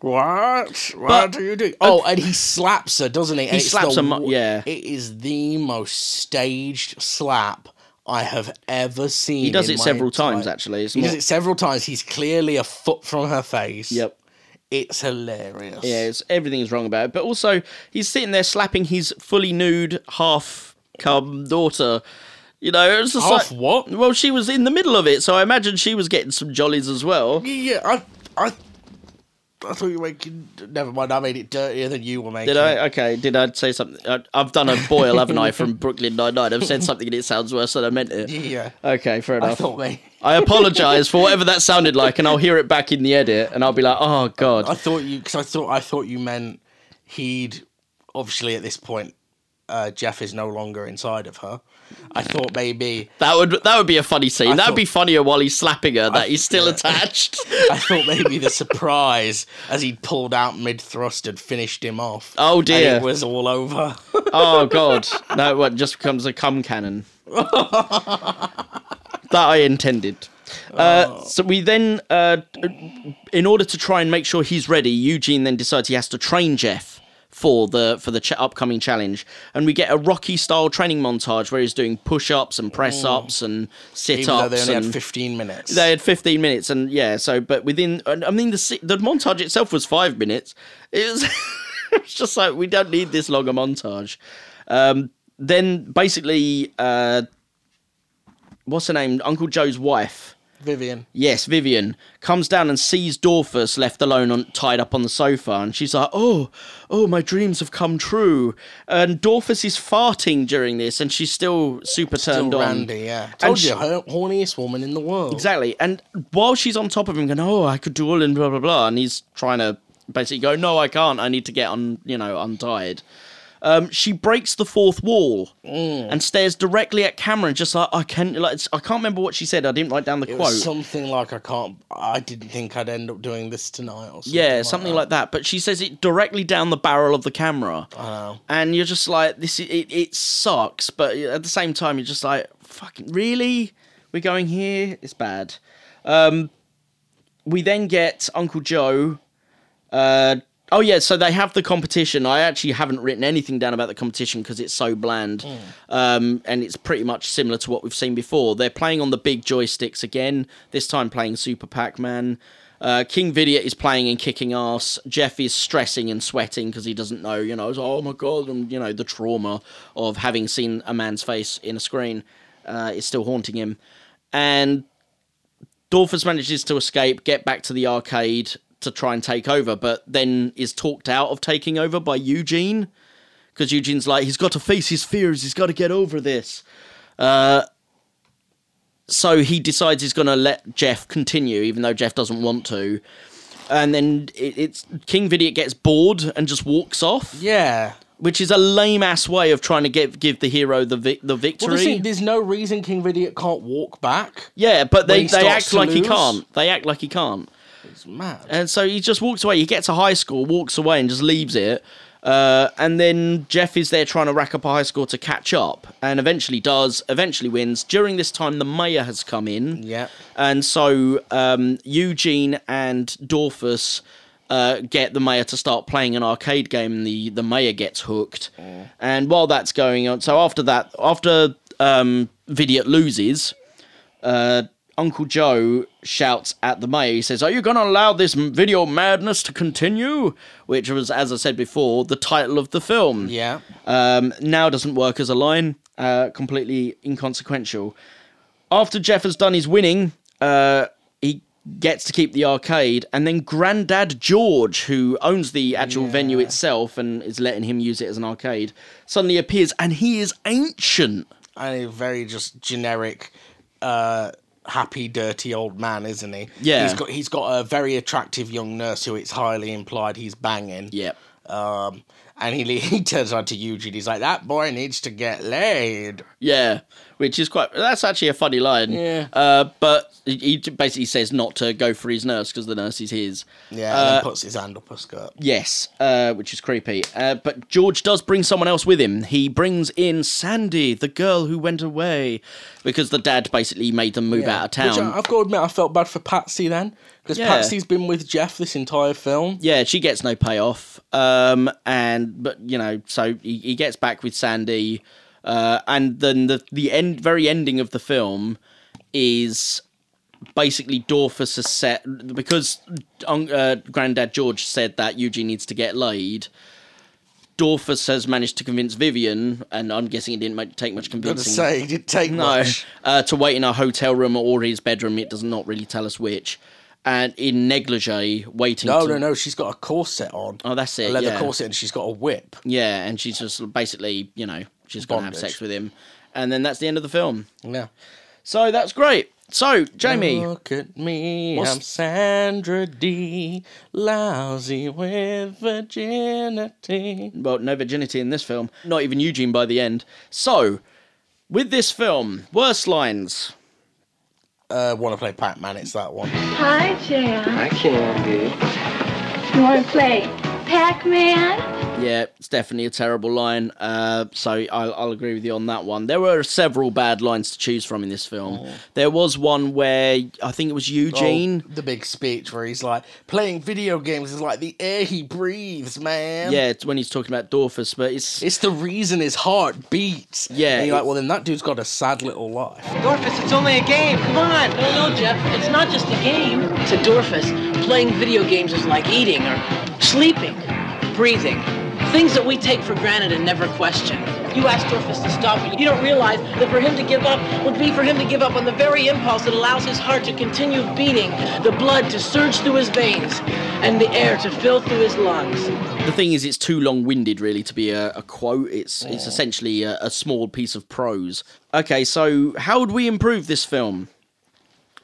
C: What? What
B: But-
C: do you do? Oh, and he slaps her, doesn't he? And
B: He slaps
C: the,
B: her mu-
C: wo-
B: yeah.
C: It is the most staged slap I have ever seen.
B: he does
C: in
B: it
C: my
B: several
C: entire-
B: times actually. It's
C: He does
B: not-
C: it several times. He's clearly a foot from her face.
B: Yep.
C: It's hilarious.
B: Yeah, it's, everything is wrong about it. But also, he's sitting there slapping his fully nude half cum daughter. You know, it's just
C: Half
B: like-
C: what?
B: Well, she was in the middle of it, so I imagine she was getting some jollies as well.
C: Yeah, I I I thought you were making never mind, I made it dirtier than you were making.
B: Did I? Okay, did I say something? I, I've done a boil, haven't I, from Brooklyn Nine-Nine. I've said something and it sounds worse than I meant it.
C: Yeah.
B: Okay, fair
C: I
B: enough.
C: thought me.
B: I apologise for whatever that sounded like, and I'll hear it back in the edit, and I'll be like, oh, God.
C: I thought you because I thought I thought you meant he'd obviously at this point uh, Jeff is no longer inside of her. I thought maybe
B: That would that would be a funny scene.
C: I
B: That'd
C: thought-
B: be funnier while he's slapping her that he's still
C: yeah.
B: attached.
C: I thought maybe the surprise as he pulled out mid thrust had finished him off.
B: Oh,
C: and
B: dear.
C: it was all over.
B: oh god, no! What just becomes a cum cannon. that I intended.
C: Oh.
B: Uh, so we then, uh, in order to try and make sure he's ready, Eugene then decides he has to train Jeff for the for the ch- upcoming challenge, and we get a Rocky style training montage where he's doing push ups and press ups and sit
C: Mm. Even though they
B: ups.
C: only had
B: and-
C: 15 minutes.
B: they had 15 minutes and yeah so but within and i mean the se- the montage itself was five minutes it was it's just like we don't need this long a montage um then basically uh what's her name uncle joe's wife
C: Vivian.
B: Yes, Vivian comes down and sees Dorfus left alone, on, tied up on the sofa, and she's like, "Oh, oh, my dreams have come true." And Dorfus is farting during this, and she's still super turned
C: Still
B: on.
C: Randy, yeah. Told
B: she-
C: you, her horniest woman in the world.
B: Exactly. And while she's on top of him, going, "Oh, I could do all," and blah blah blah, and he's trying to basically go, "No, I can't. I need to get un, you know, untied." Um, she breaks the fourth wall
C: Mm.
B: and stares directly at camera, and just like I can't, like it's, I can't remember what she said. I didn't write down the
C: It
B: quote.
C: was something like I can't. I didn't think I'd end up doing this tonight. Or something
B: yeah, something like that. But she says it directly down the barrel of the camera.
C: I know.
B: and you're just like this i- it, it sucks but at the same time you're just like fucking really we're going here it's bad um we then get uncle joe uh oh yeah so they have the competition i actually haven't written anything down about the competition because it's so bland um and it's pretty much similar to what we've seen before they're playing on the big joysticks again this time playing super pac-man uh, King Vidya is playing and kicking ass. Jeff is stressing and sweating because he doesn't know, you know, it's, oh my god, and you know, the trauma of having seen a man's face in a screen uh, is still haunting him. And Dorfus manages to escape, get back to the arcade to try and take over, but then is talked out of taking over by Eugene because Eugene's like, he's got to face his fears, he's got to get over this. Uh, so he decides he's going to let Jeff continue, even though Jeff doesn't want to. And then it, it's King Vidiot gets bored and just walks off,
C: Yeah.
B: which is a lame ass way of trying to get give the hero the vi- the victory.
C: Well, you see, there's no reason King Vidiot can't walk back.
B: yeah, but
C: when
B: they,
C: he
B: they
C: starts
B: act
C: to
B: like he
C: lose?
B: can't. They act like he can't.
C: It's mad.
B: And so he just walks away. He gets a high score, walks away, and just leaves it. Uh, and then Jeff is there trying to rack up a high score to catch up, and eventually does. Eventually wins. During this time, the mayor has come in.
C: Yeah.
B: And so um, Eugene and Dorfus uh, get the mayor to start playing an arcade game, and the, the mayor gets hooked. And while that's going on, so after that, after um, Vidiot loses, uh, Uncle Joe shouts at the mayor. He says, Are you going to allow this m- video madness to continue? Which was, as I said before, the title of the film
C: Yeah.
B: um, now doesn't work as a line, uh, completely inconsequential. After Jeff has done his winning, uh, he gets to keep the arcade, and then Grandad George, who owns the actual venue itself and is letting him use it as an arcade, suddenly appears, and he is ancient.
C: And a very just generic, uh, happy, dirty old man, isn't he?
B: Yeah.
C: He's got he's got a very attractive young nurse who it's highly implied he's banging. Um, and he le- he turns on to Eugene. He's like, that boy needs to get laid.
B: Yeah, which is quite. That's actually a funny line.
C: Yeah.
B: Uh, but he- he basically says not to go for his nurse because the nurse is his.
C: Yeah. and
B: Uh,
C: then puts his hand up her skirt.
B: Yes, uh, which is creepy. Uh, but George does bring someone else with him. He brings in Sandy, the girl who went away, because the dad basically made them move out of town.
C: Which I, have got to admit, I felt bad for Patsy then because
B: Yeah.
C: Patsy's been with Jeff this entire film.
B: yeah, she gets no payoff. Um, and but you know, so he, he gets back with Sandy, uh, and then the the end, very ending of the film is basically Dorfus has set because um, uh, Granddad George said that Eugene needs to get laid. Dorfus has managed to convince Vivian, and I'm guessing it didn't make, take much
C: Got to
B: convincing.
C: say, it didn't take
B: No,
C: much.
B: uh, to wait in a hotel room or his bedroom. It does not really tell us which. And in negligee, waiting.
C: No,
B: to-
C: no, no. She's got a corset on.
B: Oh, that's it,
C: A leather
B: yeah.
C: corset, and she's got a whip.
B: Yeah, and she's just basically, you know, she's going to have
C: Bondage.
B: sex with him. And then that's the end of the film.
C: Yeah.
B: So that's great. So, Jamie,
C: Look at me,
B: What's-
C: I'm Sandra D. Lousy with virginity.
B: well, no virginity in this film. Not even Eugene by the end. So, with this film, worst lines.
C: Uh, want to play Pac-Man? It's that one.
E: Hi, Jan.
G: I can't be.
E: You want to play Pac-Man?
B: Yeah, it's definitely a terrible line. Uh, so I'll, I'll agree with you on that one. There were several bad lines to choose from in this film. There was one where I think it was Eugene.
C: Oh, the big speech where he's like, playing video games is like the air he breathes, man.
B: Yeah, it's when he's talking about Dorfus, but it's
C: It's the reason his heart beats.
B: Yeah,
C: And you're like,
B: it's-
C: well, then that dude's got a sad little life.
A: Dorfus, it's only a game. Come on. No, no, Jeff. It's not just a game. It's a Dorfus. Playing video games is like eating or sleeping, breathing. Things that we take for granted and never question. You ask Dorfus to stop, but you don't realize that for him to give up would be for him to give up on the very impulse that allows his heart to continue beating, the blood to surge through his veins, and the air to fill through his lungs.
B: the thing is, it's too long-winded, really, to be a, a quote. It's it's essentially a, a small piece of prose. Okay, so how would we improve this film?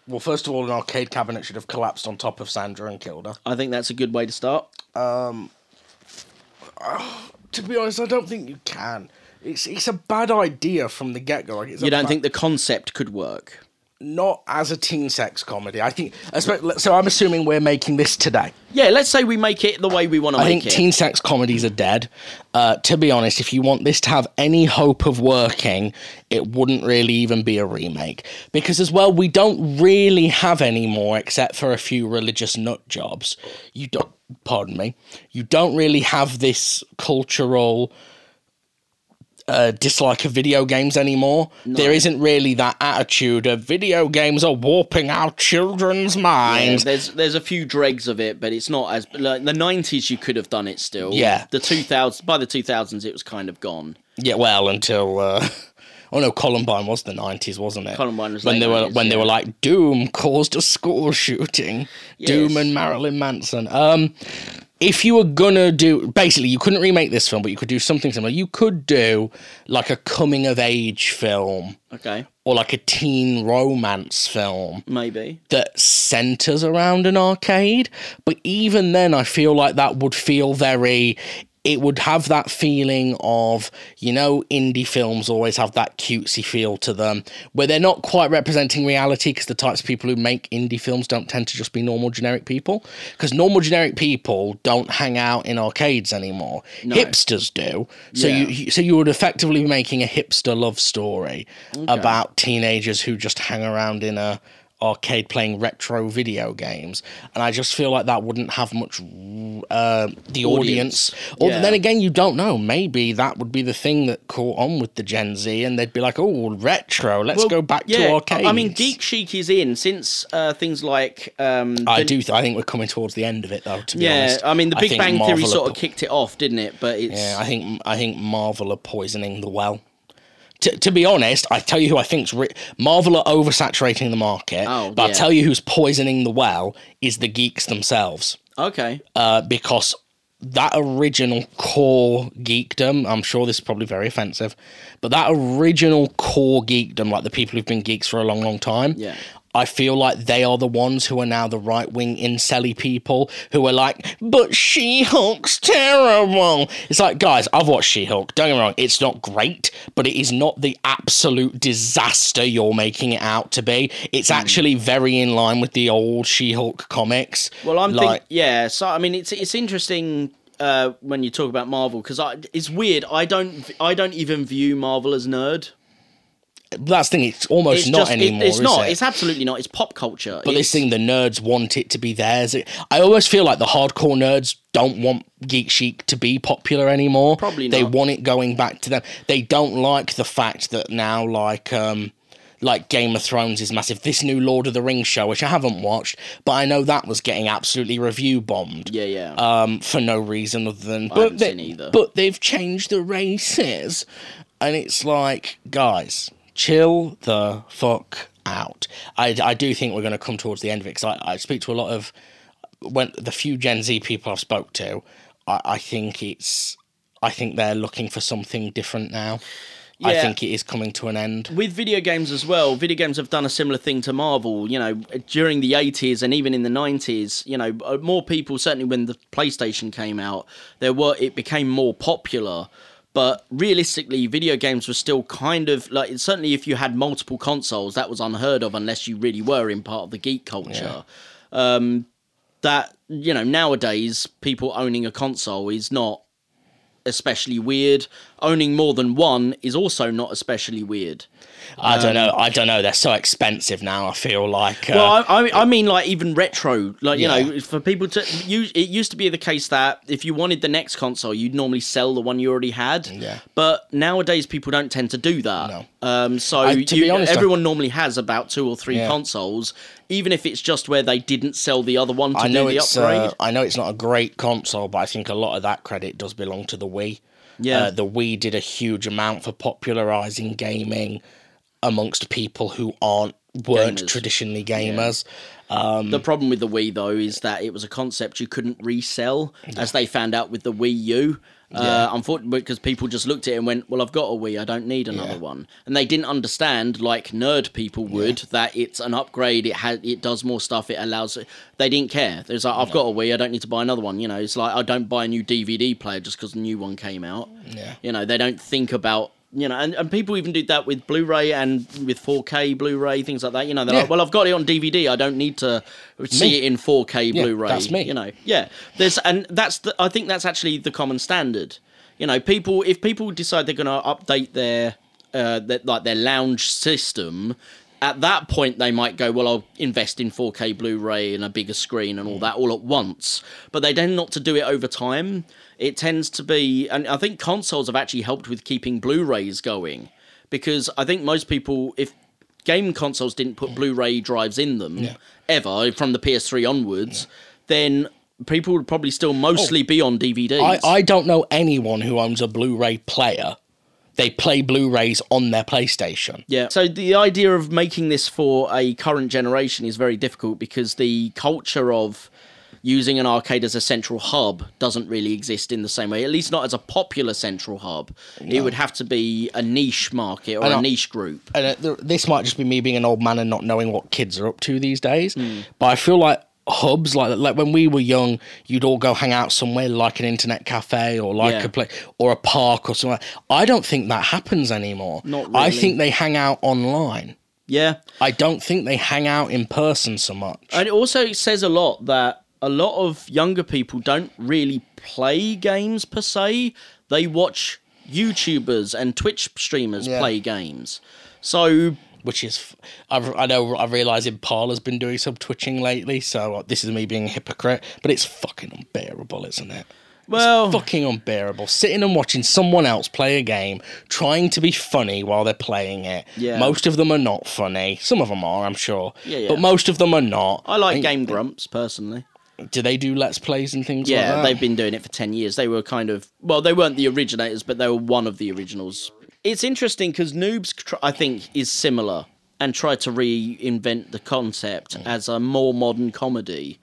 C: Well, first of all, an arcade cabinet should have collapsed on top of Sandra and killed her.
B: I think that's a good way to start.
C: To be honest, I don't think you can. It's it's a bad idea from the get go. Like it's a
B: You don't
C: bad-
B: think the concept could work?
C: not as a teen sex comedy. I think. espe- So I'm assuming we're making this today.
B: Yeah, let's say we make it the way we want to
C: I
B: make
C: think
B: it.
C: teen sex comedies are dead. Uh, to be honest, if you want this to have any hope of working, it wouldn't really even be a remake. Because, as well, we don't really have any more except for a few religious nut jobs. You don't, pardon me, you don't really have this cultural uh, dislike of video games anymore. There isn't really that attitude of video games are warping our children's
B: Yeah,
C: minds.
B: there's there's a few dregs of it, but it's not as like, the '90s. You could have done it still.
C: Yeah.
B: the 2000s by the 2000s, it was kind of gone.
C: Yeah, well, until uh, oh no, Columbine was the nineties, wasn't it?
B: Columbine was
C: when
B: late
C: they were
B: 90s,
C: when they
B: yeah.
C: were like Doom caused a school shooting. Doom
B: Yes.
C: and Marilyn Manson. Um, if you were gonna do basically, you couldn't remake this film, but you could do something similar. You could do like a coming of age film
B: Okay,
C: or like a teen romance film
B: maybe.
C: that centers around an arcade. But even then, I feel like that would feel very. It would have that feeling of, you know, indie films always have that cutesy feel to them, where they're not quite representing reality because the types of people who make indie films don't tend to just be normal generic people. Because normal generic people don't hang out in arcades anymore. Hipsters do. So
B: Yeah.
C: you, you- so you would effectively be making a hipster love story about teenagers who just hang around in a arcade playing retro video games and i just feel like that wouldn't have much uh, the audience,
B: Audience.
C: or
B: Yeah.
C: then again you don't know maybe that would be the thing that caught on with the gen z and they'd be like oh retro let's
B: Well,
C: go back
B: yeah,
C: to arcades
B: I mean, Geek Chic is in since uh, things like um,
C: i
B: the-
C: do th- i think we're coming towards the end of it though to be
B: Yeah,
C: honest
B: I mean, the Big
C: think
B: Bang Theory
C: Marvel
B: sort
C: are-
B: of kicked it off, didn't it? But it's
C: Yeah, I think I think Marvel are poisoning the well. To, to be honest, I tell you who I think's ri- Marvel are oversaturating the market.
B: Oh,
C: but
B: yeah.
C: I tell you who's poisoning the well is the geeks themselves
B: okay.
C: uh, because that original core geekdom, I'm sure this is probably very offensive, but that original core geekdom, like the people who've been geeks for a long, long time,
B: Yeah.
C: I feel like they are the ones who are now the right wing incelly people who are like, but She Hulk's terrible. It's like, guys, I've watched She Hulk. Don't get me wrong, it's not great, but it is not the absolute disaster you're making it out to be. It's
B: Hmm.
C: actually very in line with the old She Hulk comics.
B: Well, I'm
C: like,
B: think yeah. So I mean, it's it's interesting uh, when you talk about Marvel because it's weird. I don't I don't even view Marvel as nerd.
C: that's the thing. It's almost
B: It's
C: not
B: just- it-
C: anymore.
B: it's
C: is
B: not.
C: it?
B: It's absolutely not. It's pop culture.
C: but
B: it's,
C: this thing, the nerds want it to be theirs. It- I always feel like the hardcore nerds don't want Geek Chic to be popular anymore.
B: Probably
C: They
B: not.
C: want it going back to them. They don't like the fact that now, like, um, like Game of Thrones is massive. This new Lord of the Rings show, which I haven't watched, but I know that was getting absolutely review bombed
B: Yeah, yeah.
C: um, for no reason other than
B: haven't
C: but,
B: seen either.
C: but they've changed the races, and it's like guys, chill the fuck out. I, I do think we're going to come towards the end of it because I, I speak to a lot of when the few Gen Z people I've spoke to, I, I think it's I think they're looking for something different now. I
B: Yeah.
C: think it is coming to an end.
B: with video games as well, video games have done a similar thing to Marvel. You know, during the 80s and even in the 90s, you know, uh, more people, certainly when the PlayStation came out, there were it became more popular. But realistically, video games were still kind of like certainly if you had multiple consoles, that was unheard of unless you really were in part of the geek culture. Um, that you know nowadays people owning a console is not especially weird. Owning more than one is also not especially weird.
C: I don't know. I don't know. They're so expensive now. I feel like. Uh,
B: Um, Well, I, I, I mean, like even retro, like you know,
C: Yeah.
B: for people to use. It used to be the case that if you wanted the next console, you'd normally sell the one you already had.
C: Yeah.
B: But nowadays, people don't tend to do that.
C: No.
B: Um. So
C: I- to
B: you-
C: be honest, I-
B: everyone normally has about two or three
C: Yeah.
B: consoles, even if it's just where they didn't sell the other one to
C: I know
B: do the
C: it's
B: upgrade.
C: uh, I know it's not a great console, but I think a lot of that credit does belong to the Wii.
B: Yeah.
C: uh, the Wii did a huge amount for popularizing gaming amongst people who aren't weren't
B: Gamers.
C: traditionally gamers.
B: The problem with the Wii though is that it was a concept you couldn't resell, as they found out with the Wii U. Uh, unfortunately, because people just looked at it and went, "Well, I've got a Wii. I don't need another one," and they didn't understand, like nerd people would, that it's an upgrade. It has, it does more stuff. It allows. They didn't care. There's like, "I've got a Wii. I don't need to buy another one." You know, it's like I don't buy a new DVD player just because a new one came out.
C: Yeah.
B: You know, they don't think about. You know, and, and people even did that with Blu-ray and with 4K Blu-ray things like that. You know, they're
C: Yeah.
B: like, "Well, I've got it on DVD. I don't need to see
C: Me.
B: it in 4K
C: Yeah,
B: Blu-ray.
C: that's me.
B: You know, yeah. There's and that's the, I think that's actually the common standard. You know, people if people decide they're going to update their, uh, their like their lounge system, at that point they might go, well, I'll invest in 4K Blu-ray and a bigger screen and all that all at once. But they tend not to do it over time. It tends to be, and I think consoles have actually helped with keeping Blu-rays going because I think most people if game consoles didn't put Blu-ray drives in them ever from the PS3 onwards, then people would probably still mostly be on DVDs.
C: I, Oh. I don't know anyone who owns a Blu-ray player. They play Blu-rays on their PlayStation.
B: yeah. So the idea of making this for a current generation is very difficult because the culture of using an arcade as a central hub doesn't really exist in the same way. At least not as a popular central hub. It would have to be a niche market or
C: know.
B: a niche group.
C: and uh, th- this might just be me being an old man and not knowing what kids are up to these days.
B: Hmm.
C: But I feel like hubs, like like when we were young, you'd all go hang out somewhere, like an internet cafe or like
B: Yeah.
C: a place or a park or something. I don't think that happens anymore.
B: Not
C: I
B: really.
C: think they hang out online.
B: Yeah.
C: I don't think they hang out in person so much.
B: And it also says a lot that a lot of younger people don't really play games per se. They watch YouTubers and Twitch streamers
C: Yeah.
B: play games. So
C: which is f- I've, I know I realise Impala's been doing some twitching lately, so uh, this is me being a hypocrite, but it's fucking unbearable, isn't it?
B: Well-
C: it's Oh. fucking unbearable. Sitting and watching someone else play a game, trying to be funny while they're playing it.
B: Yeah.
C: Most of them are not funny. Some of them are, I'm sure.
B: Yeah, yeah.
C: But most of them are not.
B: I like
C: And
B: Game Grumps personally.
C: Do they do let's plays and things
B: Yeah,
C: like that?
B: they've been doing it for 10 years. They were kind of, well, they weren't the originators, but they were one of the originals. It's interesting because Noobs, tr- I think, is similar and tried to reinvent the concept as a more modern comedy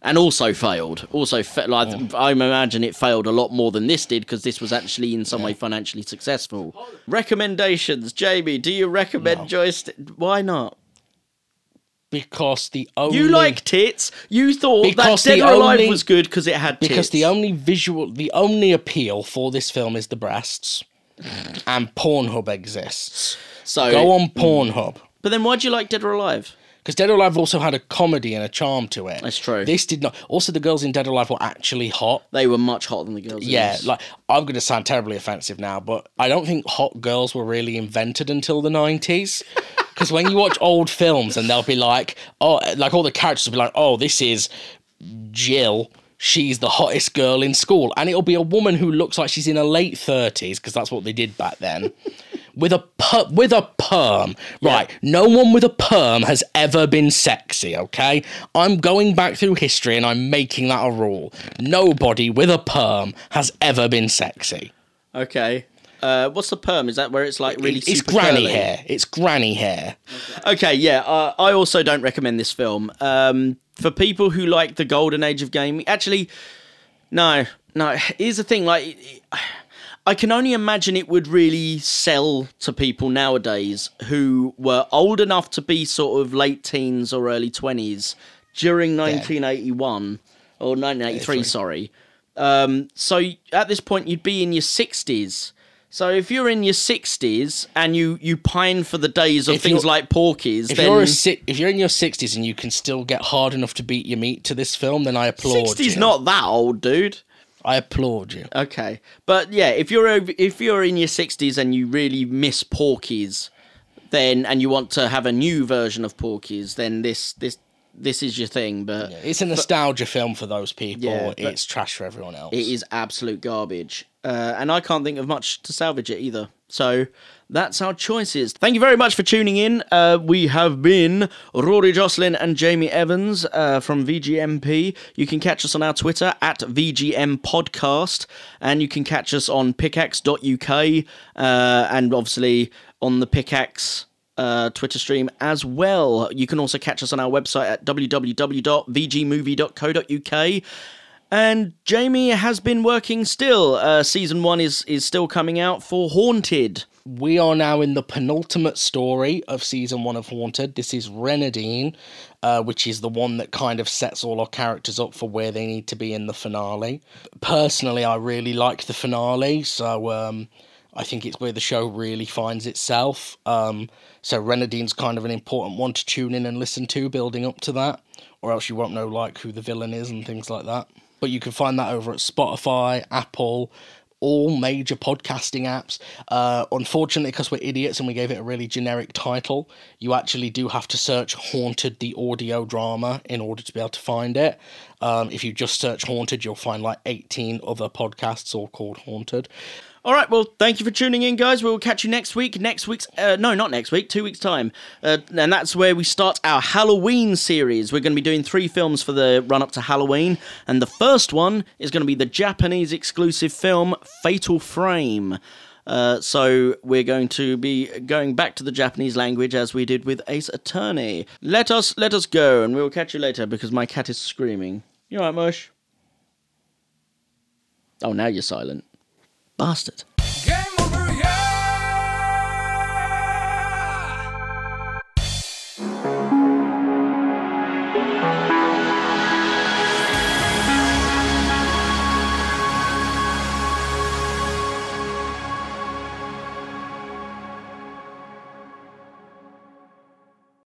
B: and also failed. Also, fa- like, I imagine it failed a lot more than this did because this was actually in some way financially successful. Recommendations, Jamie, do you recommend Joystick? Why not?
C: because the only
B: You like tits. You thought
C: Because
B: that Dead
C: the
B: or Alive
C: only-
B: was good because it had tits.
C: Because the only visual, the only appeal for this film is the breasts, and Pornhub exists.
B: so
C: Go on Pornhub.
B: But then why do you like Dead or Alive?
C: Because Dead or Alive also had a comedy and a charm to it.
B: That's true.
C: This did not. Also, the girls in Dead or Alive were actually hot.
B: They were much hotter than the girls. in
C: Yeah,
B: this.
C: like I'm going to sound terribly offensive now, but I don't think hot girls were really invented until the 90s. Because when you watch old films and they'll be like, oh, like all the characters will be like, oh, this is Jill. She's the hottest girl in school. And it'll be a woman who looks like she's in her late 30s, because that's what they did back then. With a per- with a perm, right? No one with a perm has ever been sexy. Okay, I'm going back through history and I'm making that a rule. Nobody with a perm has ever been sexy.
B: okay. Uh, what's the perm? Is that where it's like really?
C: It- it's
B: super
C: granny
B: curly?
C: hair. It's granny hair.
B: Okay, yeah. Uh, I also don't recommend this film. Um, for people who like the golden age of gaming, actually, no, no. Here's the thing: like, I can only imagine it would really sell to people nowadays who were old enough to be sort of late teens or early 20s during 1981 or 1983, sorry. Um, so at this point, you'd be in your 60s. So if you're in your 60s and you, you pine for the days of
C: If
B: things
C: you're-
B: like Porkies,
C: If
B: then
C: you're a si- if you're in your sixties and you can still get hard enough to beat your meat to this film, then I applaud.
B: 60's
C: you.
B: not that old, dude.
C: I applaud you.
B: Okay, but yeah, if you're over, if you're in your sixties and you really miss Porkies, then and you want to have a new version of Porkies, then this this this is your thing. But
C: It's a nostalgia film for those people.
B: Yeah, but-
C: it's trash for everyone else.
B: it is absolute garbage, uh, and I can't think of much to salvage it either. So that's our choices. Thank you very much for tuning in. Uh, we have been Rory Jocelyn and Jamie Evans uh, from VGMP. You can catch us on our Twitter at VGM Podcast, and you can catch us on pickaxe.uk uh, and obviously on the pickaxe uh, Twitter stream as well. You can also catch us on our website at www.vgmovie.co.uk. And Jamie has been working still. Uh, season one is is still coming out for Haunted.
C: We are now in the penultimate story of season one of Haunted. This is Renadine, uh, which is the one that kind of sets all our characters up for where they need to be in the finale. Personally, I really liked the finale, so um, I think it's where the show really finds itself. Um, so Renadine's kind of an important one to tune in and listen to, building up to that, or else you won't know like who the villain is and things like that. But you can find that over at Spotify, Apple, all major podcasting apps. Uh, unfortunately, because we're idiots and we gave it a really generic title, you actually do have to search Haunted the Audio Drama in order to be able to find it. Um, if you just search Haunted, you'll find like 18 other podcasts all called Haunted.
B: All right, well, thank you for tuning in, guys. We'll catch you next week. Next week's, uh, no, not next week, two weeks' time. Uh, and that's where we start our Halloween series. We're going to be doing three films for the run up to Halloween. And the first one is going to be the Japanese exclusive film Fatal Frame. Uh, so we're going to be going back to the Japanese language as we did with Ace Attorney. Let us let us go, and we'll catch you later because my cat is screaming. You all right, Mush? Oh, now you're silent, bastard.